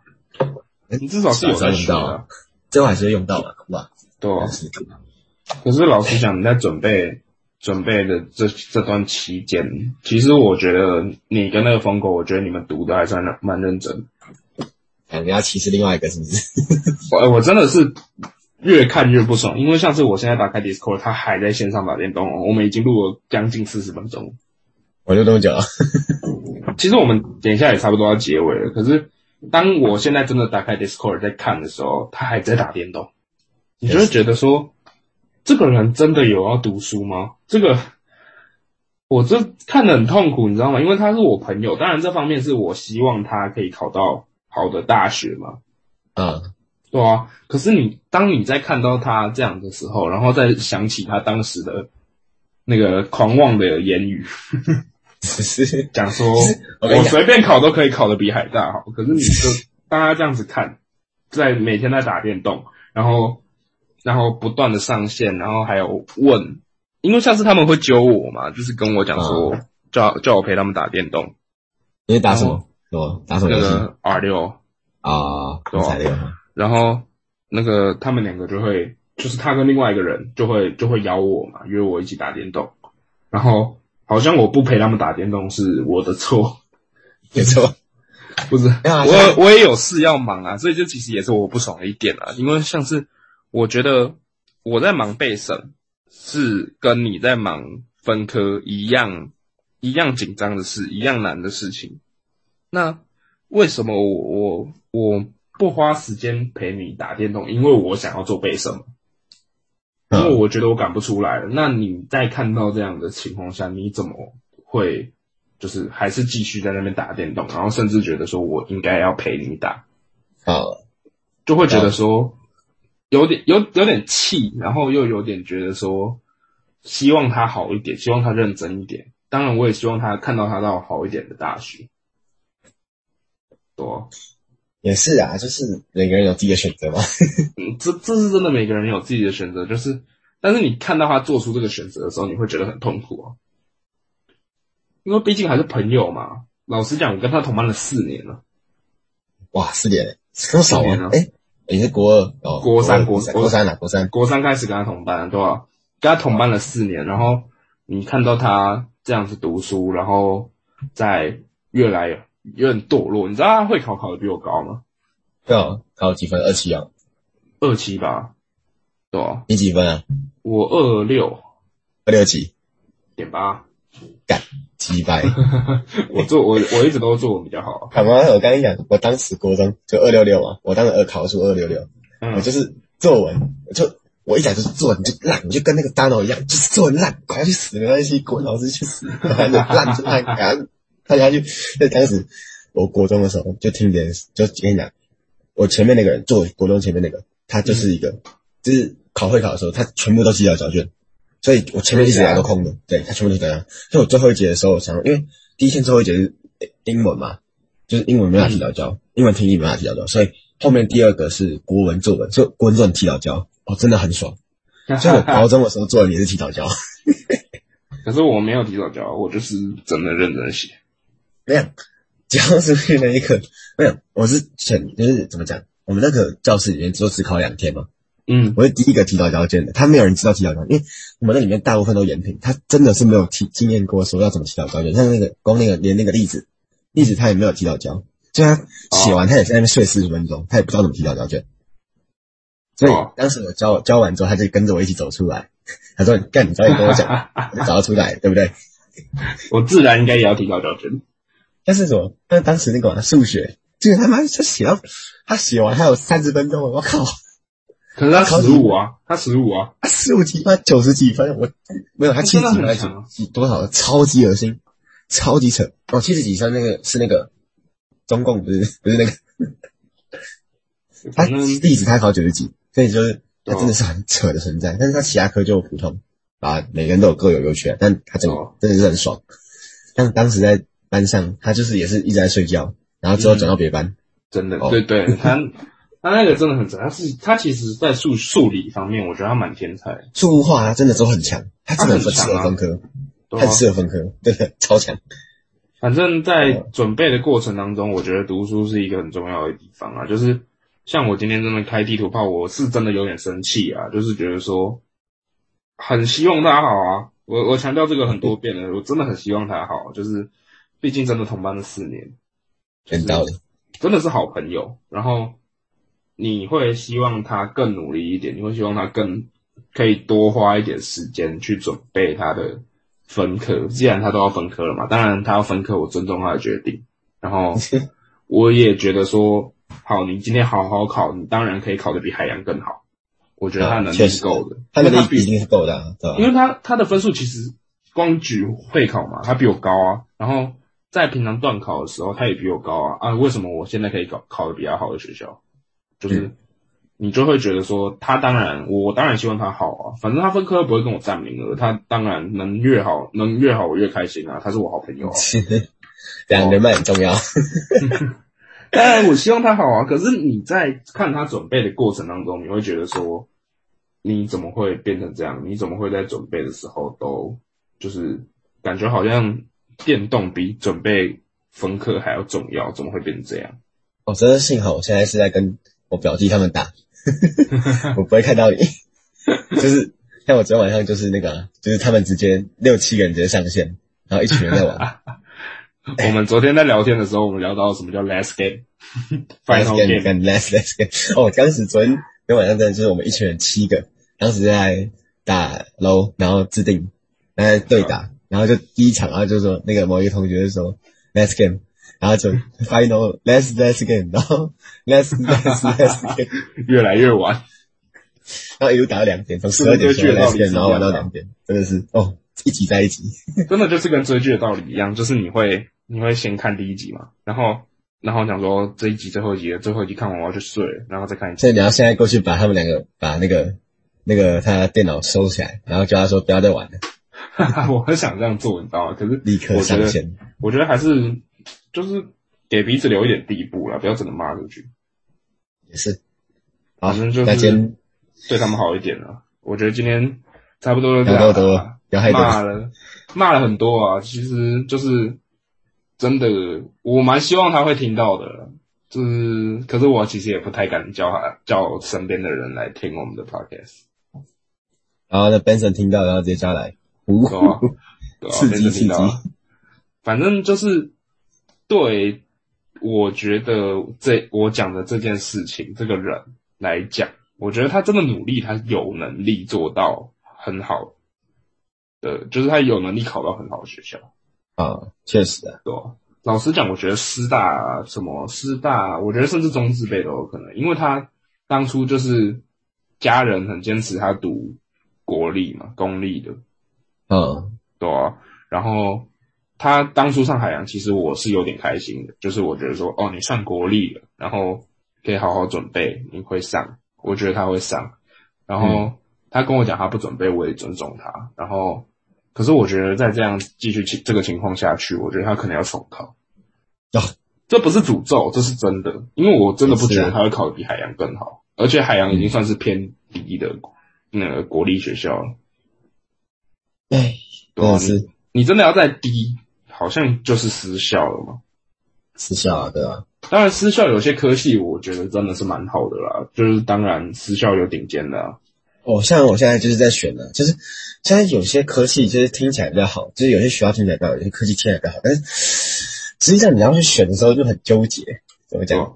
Speaker 2: 你至少是有在学的啊、
Speaker 1: 最后还是会用到嘛，好吧？
Speaker 2: 对啊
Speaker 1: 但是
Speaker 2: 可是老实讲，你在准备准备的这这段期间，其实我觉得你跟那个疯狗，我觉得你们读的还算蛮认真。
Speaker 1: 感哎觉要歧视另外一个是不是？
Speaker 2: 我我真的是越看越不爽，因为像是我现在打开 Discord，他还在线上打电动哦，我们已经录了将近四十分钟了。
Speaker 1: 我就这么久了，
Speaker 2: 其实我们等一下也差不多要结尾了，可是当我现在真的打开 Discord 在看的时候，他还在打电动，你就会觉得说，这个人真的有要读书吗？这个我这看得很痛苦，你知道吗？因为他是我朋友，当然这方面是我希望他可以考到好的大学嘛，
Speaker 1: 啊、
Speaker 2: 对啊，可是你当你在看到他这样的时候，然后再想起他当时的那个狂妄的言语，
Speaker 1: 只是
Speaker 2: 讲说
Speaker 1: 我跟
Speaker 2: 我
Speaker 1: 你讲
Speaker 2: 随便考都可以考得比海大好，可是你就大家这样子看，在每天在打电动，然后然后不断的上线，然后还有问，因为上次他们会揪我嘛，就是跟我讲说、
Speaker 1: 啊
Speaker 2: 叫叫我陪他们打电动，
Speaker 1: 你是打什么？我打什么
Speaker 2: 那
Speaker 1: 游戏
Speaker 2: 个 R 六，
Speaker 1: 啊？
Speaker 2: 对
Speaker 1: 刚
Speaker 2: 哦呃啊
Speaker 1: 才那个
Speaker 2: 然后那个他们两个就会，就是他跟另外一个人就会就会邀我嘛，约我一起打电动，然后好像我不陪他们打电动是我的错，
Speaker 1: 没错，
Speaker 2: 不是？
Speaker 1: 没有啊
Speaker 2: 我我也有事要忙啊，所以这其实也是我不爽的一点啊，因为像是我觉得我在忙备审是跟你在忙分科一样一样紧张的事，一样难的事情。那为什么我我我不花时间陪你打电动？因为我想要做备审嘛。因
Speaker 1: 嗯
Speaker 2: 为我觉得我赶不出来了。那你在看到这样的情况下，你怎么会就是还是继续在那边打电动，然后甚至觉得说我应该要陪你打，
Speaker 1: 好，
Speaker 2: 就会觉得说有点有有点气，然后又有点觉得说希望他好一点，希望他认真一点。当然，我也希望他看到他到好一点的大学。啊多，
Speaker 1: 也是啊，就是每个人有自己的选择嘛。
Speaker 2: 嗯，这这是真的，每个人有自己的选择，就是，但是你看到他做出这个选择的时候，你会觉得很痛苦啊，因为毕竟还是朋友嘛。老实讲，我跟他同班了四年了，
Speaker 1: 哇，四年，这么少
Speaker 2: 四年
Speaker 1: 啊
Speaker 2: 啊？
Speaker 1: 哎，你是国二哦？
Speaker 2: 国三
Speaker 1: 国
Speaker 2: 国
Speaker 1: 国三啊，国三。
Speaker 2: 国三开始跟他同班，对吧、跟他同班了四年，然后你看到他这样子读书，然后再越来越堕落，你知道他会考考的比我高吗？
Speaker 1: 对哦，考几分？二七哦。
Speaker 2: 二七吧，对吧、
Speaker 1: 你几分啊？
Speaker 2: 我二六
Speaker 1: 二六几？
Speaker 2: 点八，
Speaker 1: 几百？
Speaker 2: 我做我我一直都做我比较好啊。
Speaker 1: 好吗？我刚跟你讲，我当时国中就二六六嘛，我当时二考出二六六，
Speaker 2: 嗯
Speaker 1: 我就是作文，我就我一讲就是作文就烂，你就跟那个 d a n o 一样，就是作文烂，快去死没关系，滚老师去死，反正烂就烂，赶快下去。那当时我国中的时候就听别人，就跟你讲，我前面那个人，坐我国中前面那个，他就是一个，就是考会考的时候，他全部都是要交卷，所以我前面一直以来都空的，对他全部都是这样。所以我最后一节的时候，我想，因为第一天最后一节是英文嘛，就是英文没有办法提早教，英文听力没有办法提早教，所以后面第二个是国文作文，所以国文作文提早教，哦，真的很爽。所以我高中的时候作文也是提早教，
Speaker 2: 可是我没有提早交，我就是真的认真写。
Speaker 1: 没有，教室去那一刻没有，我是选就是怎么讲，我们那个教室里面只有只考两天嘛，
Speaker 2: 嗯，
Speaker 1: 我是第一个提到条件的，他没有人知道提到条件，因为我们那里面大部分都延平，他真的是没有提经验过说要怎么提到条件，像那个光那个连那个例子，例子他也没有提到教，就他写完他也在那边睡四十分钟，他也不知道怎么提到条件，所以
Speaker 2: 哦
Speaker 1: 当时我教教完之后，他就跟着我一起走出来，他说：“干，你早点跟我讲，我就找得出来，对不对
Speaker 2: 我自然应该也要提早交卷。？”
Speaker 1: 但是什么？但当时那个数学，这个他妈他写到他写完还有三十分钟，我靠！
Speaker 2: 可是他十五啊，他十五啊，
Speaker 1: 他十五几分，九十几分，我没有他七
Speaker 2: 真
Speaker 1: 十
Speaker 2: 的
Speaker 1: 几
Speaker 2: 很
Speaker 1: 分，
Speaker 2: 强啊
Speaker 1: 几多少，超级恶心，超级扯。哦，七十几分那个是那个中共不是不 是那个，他
Speaker 2: 反正
Speaker 1: 例子他考九十几，所以就是他
Speaker 2: 嗯哦
Speaker 1: 真的是很扯的存在。但是他其他科就普通啊，每个人都有各有优缺，但他真的
Speaker 2: 哦
Speaker 1: 真的是很爽。但当时在班上，他就是也是一直在睡觉，然后之后转到别班，
Speaker 2: 真的，
Speaker 1: 哦
Speaker 2: 对对，他他那个真的很准。他是他其实，在数数理方面，我觉得他蛮天才的。
Speaker 1: 数化他真的都很强，他真的很
Speaker 2: 他很
Speaker 1: 适
Speaker 2: 强
Speaker 1: 合
Speaker 2: 啊
Speaker 1: 分科，他
Speaker 2: 对啊
Speaker 1: 很适合分科，对的，超强。
Speaker 2: 反正，在准备的过程当中，我觉得读书是一个很重要的地方啊。就是像我今天真的开地图炮，我是真的有点生气啊，就是觉得说，很希望他好啊。我我强调这个很多遍了，我真的很希望他好，就是毕竟真的同班了四年，
Speaker 1: 全到了，
Speaker 2: 真的是好朋友。然后你会希望他更努力一点，你会希望他更可以多花一点时间去准备他的分科。既然他都要分科了嘛，当然他要分科，我尊重他的决定。然后我也觉得说，好，你今天好好考，你当然可以考得比海洋更好。我觉得他的能力
Speaker 1: 确实
Speaker 2: 是够的，
Speaker 1: 他
Speaker 2: 因为
Speaker 1: 能力
Speaker 2: 比
Speaker 1: 一定是够的啊，对吧？
Speaker 2: 因为他他的分数其实光举会考嘛，他比我高啊。然后在平常段考的时候，他也比我高啊。啊，为什么我现在可以考考的比较好的学校？就是你就会觉得说，他当然我当然希望他好啊，反正他分科又不会跟我占名额，他当然能越好能越好我越开心啊，他是我好朋友啊。
Speaker 1: 两个人脉很重要。
Speaker 2: 当然，我希望他好啊。可是你在看他准备的过程当中，你会觉得说，你怎么会变成这样？你怎么会在准备的时候都就是感觉好像电动比准备分科还要重要？怎么会变成这样？
Speaker 1: 我、真的幸好我现在是在跟我表弟他们打，我不会看到你。就是像我昨天晚上就是那个啊、就是他们直接六七个人直接上线，然后一群人在玩
Speaker 2: 我们昨天在聊天的时候，我们聊到什么叫 last
Speaker 1: ，last
Speaker 2: game，final
Speaker 1: game
Speaker 2: game，
Speaker 1: 跟 last last game。哦，当时昨天昨天晚上真的就是我们一群人七个，当时在打 low，然后制定，然后在对打，然后就第一场，然后就说那个某一个同学就说 last game。然后就 final last last game，然后 last last last game，
Speaker 2: 越来越晚。
Speaker 1: 然啊后一路打到两点，从十
Speaker 2: 是不
Speaker 1: 二
Speaker 2: 是
Speaker 1: 点
Speaker 2: 就觉
Speaker 1: 说
Speaker 2: 得
Speaker 1: last
Speaker 2: 道理
Speaker 1: game，
Speaker 2: 是
Speaker 1: 然后
Speaker 2: 这
Speaker 1: 玩到
Speaker 2: 样
Speaker 1: 两点，真的是哦，一集在一起。
Speaker 2: 真的就是跟追剧的道理一样，就是你会你会先看第一集嘛，然后然后想说这一集最后一集最后一集看完我要去睡了，然后再看一集。
Speaker 1: 所以你要现在过去把他们两个把那个那个他的电脑收起来，然后叫他说不要再玩了，
Speaker 2: 我很想这样做，你知道吗？可是
Speaker 1: 立刻
Speaker 2: 我觉
Speaker 1: 上
Speaker 2: 得
Speaker 1: 线。
Speaker 2: 我觉得还是就是给彼此留一点地步啦，不要整个骂出去，
Speaker 1: 也是，好，
Speaker 2: 反正就是
Speaker 1: 那今天
Speaker 2: 对他们好一点啦。我觉得今天差不多就这
Speaker 1: 聊
Speaker 2: 样
Speaker 1: 够多了
Speaker 2: 啦，，
Speaker 1: 聊太多
Speaker 2: 骂
Speaker 1: 了，
Speaker 2: 了骂了很多啊，其实就是真的，我蛮希望他会听到的，就是可是我其实也不太敢叫他叫身边的人来听我们的 podcast，
Speaker 1: 然后呢，Benson 听到，然后直接叫来，呜
Speaker 2: 对 吧、对吧、
Speaker 1: 刺激
Speaker 2: 真的听到
Speaker 1: 刺
Speaker 2: 啊，反正就是对，我觉得这我讲的这件事情，这个人来讲，我觉得他真的努力，他有能力做到很好的，就是他有能力考到很好的学校。
Speaker 1: 啊，确实啊，
Speaker 2: 对啊、老实讲，我觉得师大什么师大，我觉得甚至中字辈都有可能，因为他当初就是家人很坚持他读国立嘛，公立的，
Speaker 1: 嗯，
Speaker 2: 对啊。然后他当初上海洋，其实我是有点开心的，就是我觉得说，哦，你上国立了，然后可以好好准备，你会上，我觉得他会上。然
Speaker 1: 嗯
Speaker 2: 后他跟我讲他不准备，我也尊重他。然后，可是我觉得再这样继续情这个情况下去，我觉得他可能要重考。
Speaker 1: 啊
Speaker 2: 这不是诅咒，这是真的，因为我真的不觉
Speaker 1: 也
Speaker 2: 得
Speaker 1: 是啊嗯
Speaker 2: 他会考得比海洋更好，而且海洋已经算是偏低的那个国立学校了。
Speaker 1: 哎，
Speaker 2: 对
Speaker 1: 真的
Speaker 2: 啊你
Speaker 1: 是
Speaker 2: 你真的要再低，好像就是私校了嘛。
Speaker 1: 失效啊，对吧？
Speaker 2: 当然，私校有些科系，我觉得真的是蛮好的啦。就是当然，私校有顶尖的、啊，
Speaker 1: 哦，像我现在就是在选了，就是现在有些科系就是听起来比较好，就是有些学校听起来比较好，有些科技听起来比较好，但是实际上你要去选的时候就很纠结，怎么
Speaker 2: 对
Speaker 1: 讲？
Speaker 2: 吧？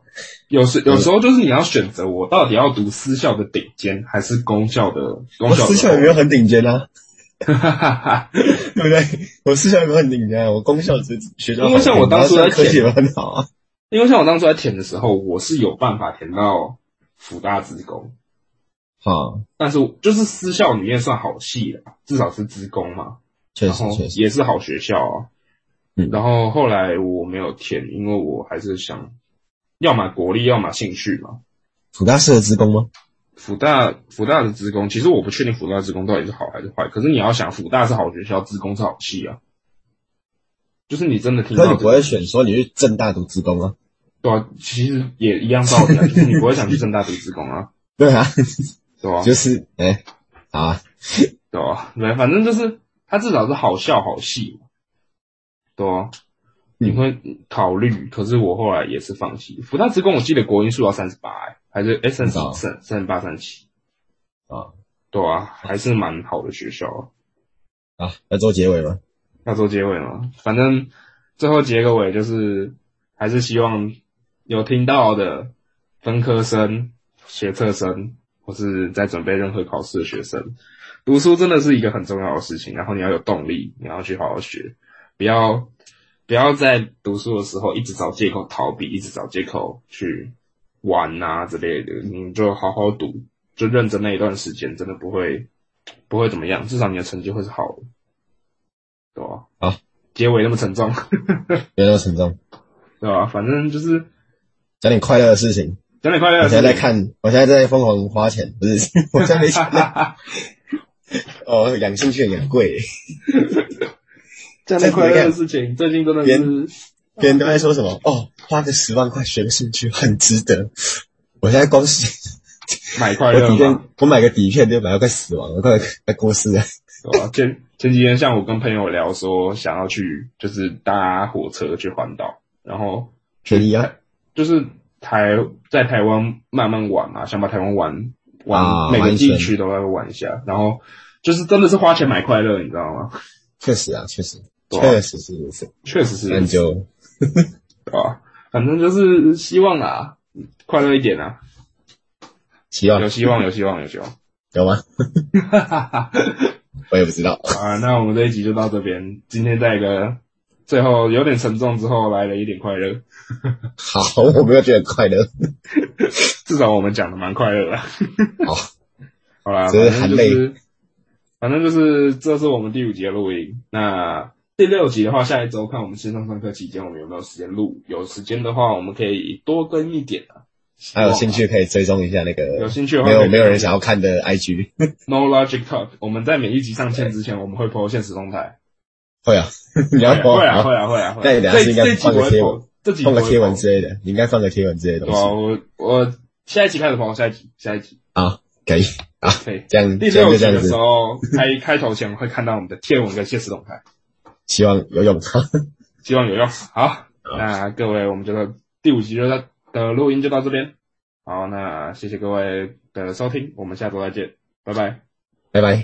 Speaker 2: 有
Speaker 1: 嗯
Speaker 2: 时有时候就是你要选择，我到底要读私校的顶尖，还是公校的公
Speaker 1: 我
Speaker 2: 校的？
Speaker 1: 私校哦也没有很顶尖啊，
Speaker 2: 哈哈哈。
Speaker 1: 对不对？我私校也没有很顶尖啊，我公校只是学校好，
Speaker 2: 因为像我当初在
Speaker 1: 然后科技也很好啊，
Speaker 2: 因为像我当初在填的时候，我是有办法填到辅大职工，
Speaker 1: 好，
Speaker 2: 但是就是私校里面算好系的，至少是职工嘛。
Speaker 1: 确
Speaker 2: 然
Speaker 1: 实
Speaker 2: 后
Speaker 1: 确实，
Speaker 2: 也是好学校啊。
Speaker 1: 嗯
Speaker 2: 然后后来我没有填，因为我还是想，要么国立，要么兴趣嘛。
Speaker 1: 辅大适合职工吗？
Speaker 2: 辅大辅大的职工，其实我不确定辅大职工到底是好还是坏。可是你要想，辅大是好学校，职工是好系啊。就是你真的听
Speaker 1: 可
Speaker 2: 到
Speaker 1: 是你
Speaker 2: 这
Speaker 1: 不会选说你去正大读职工啊？
Speaker 2: 对啊，其实也一样道理啊，就是你不会想去正大读职工啊，
Speaker 1: 对啊，
Speaker 2: 对吧、
Speaker 1: 就是哎，好啊，
Speaker 2: 对吧、对，反正就是他至少是好笑好戏嘛，对啊，
Speaker 1: 嗯
Speaker 2: 你会考虑，可是我后来也是放弃。福大职工我记得国音数要三十八，还是哎三十
Speaker 1: 很高
Speaker 2: 三三十八三七，
Speaker 1: 啊
Speaker 2: 对啊，还是蛮好的学校啊。
Speaker 1: 啊，要做结尾吗？
Speaker 2: 要做结尾吗？反正最后结个尾就是，还是希望有听到的分科生、学测生，或是在准备任何考试的学生，读书真的是一个很重要的事情。然后你要有动力，你要去好好学，不要不要在读书的时候一直找借口逃避，一直找借口去玩啊之类的。你就好好读，就认真那一段时间，真的不会不会怎么样，至少你的成绩会是好的。对吧、
Speaker 1: 好，
Speaker 2: 结尾那么沉重，
Speaker 1: 不要那么沉重，
Speaker 2: 对吧、反正就是
Speaker 1: 讲点快乐的事情。
Speaker 2: 讲点快乐
Speaker 1: 我
Speaker 2: 的事
Speaker 1: 现
Speaker 2: 情。
Speaker 1: 在在看， 我现在在疯狂花钱，不是，我现在没钱了。 哦，养兴趣很养贵，
Speaker 2: 讲点快乐的事情。最近真的是，
Speaker 1: 别人都在说什么哦，花个十万块学个兴趣很值得。我现在光是
Speaker 2: 买快
Speaker 1: 我
Speaker 2: 乐
Speaker 1: 底片
Speaker 2: 嘛，，
Speaker 1: 我买个底片就买到快死亡了，快快过世了。
Speaker 2: 对吧、前前几天像我跟朋友聊说，想要去就是搭火车去环岛，然后
Speaker 1: 便宜啊，
Speaker 2: 就是台在台湾慢慢玩嘛，想把台湾玩
Speaker 1: 啊
Speaker 2: 玩每
Speaker 1: 玩
Speaker 2: 个
Speaker 1: 一
Speaker 2: 地
Speaker 1: 圈
Speaker 2: 区都要玩一下，然后就是真的是花钱买快乐，你知道吗？
Speaker 1: 确实啊，确实。
Speaker 2: 对啊
Speaker 1: 确实是如此。
Speaker 2: 确实是
Speaker 1: 那
Speaker 2: 如
Speaker 1: 你
Speaker 2: 此，
Speaker 1: 就
Speaker 2: 对吧？反正就是希望啊，快乐一点啊，
Speaker 1: 希望
Speaker 2: 有希望，有希望，有希望。
Speaker 1: 有吗？
Speaker 2: 哈哈哈。
Speaker 1: 我也不知道。
Speaker 2: 啊，那我们这一集就到这边。今天在一个最后有点沉重之后，来了一点快乐，
Speaker 1: 好，我没有觉得很快乐。
Speaker 2: 至少我们讲的蛮快乐的。
Speaker 1: 好，
Speaker 2: 好啦，
Speaker 1: 只是
Speaker 2: 反正
Speaker 1: 含泪
Speaker 2: 就是，反正就是这是我们第五集的录音。那第六集的话，下一周看我们线上上课期间我们有没有时间录。有时间的话，我们可以多更一点啊。
Speaker 1: 还有兴趣可以追踪一下那个
Speaker 2: 有兴趣的话
Speaker 1: 没
Speaker 2: 可
Speaker 1: 有
Speaker 2: 以
Speaker 1: 没有人想要看的 IG。
Speaker 2: No Logic Talk，我们在每一集上线之前，我们会 po 现实动态。
Speaker 1: 会 啊，你要播
Speaker 2: 会啊
Speaker 1: 好
Speaker 2: 会啊会啊会啊！
Speaker 1: 那你等下是
Speaker 2: 这
Speaker 1: 应该
Speaker 2: 这一集
Speaker 1: 放个
Speaker 2: 我会
Speaker 1: 贴
Speaker 2: po，
Speaker 1: 文
Speaker 2: 这集
Speaker 1: 放个
Speaker 2: 我会啊
Speaker 1: 贴
Speaker 2: po
Speaker 1: 文之类的，你应该放个贴文之类的
Speaker 2: 对
Speaker 1: 东
Speaker 2: 啊，
Speaker 1: 西
Speaker 2: 我我下一期开始放，下一集，下一集
Speaker 1: 啊，可以啊，
Speaker 2: 可以。
Speaker 1: 这样
Speaker 2: 第
Speaker 1: 这样
Speaker 2: 六
Speaker 1: 就
Speaker 2: 集
Speaker 1: 这样
Speaker 2: 的
Speaker 1: 子
Speaker 2: 时，候，开开头前会看到我们的贴文跟现实动态，
Speaker 1: 希望有用。
Speaker 2: 希望有用。好，那各位，我们就到第五集就到的录音就到这边。好，那谢谢各位的收听，我们下周再见，拜拜。
Speaker 1: 拜拜。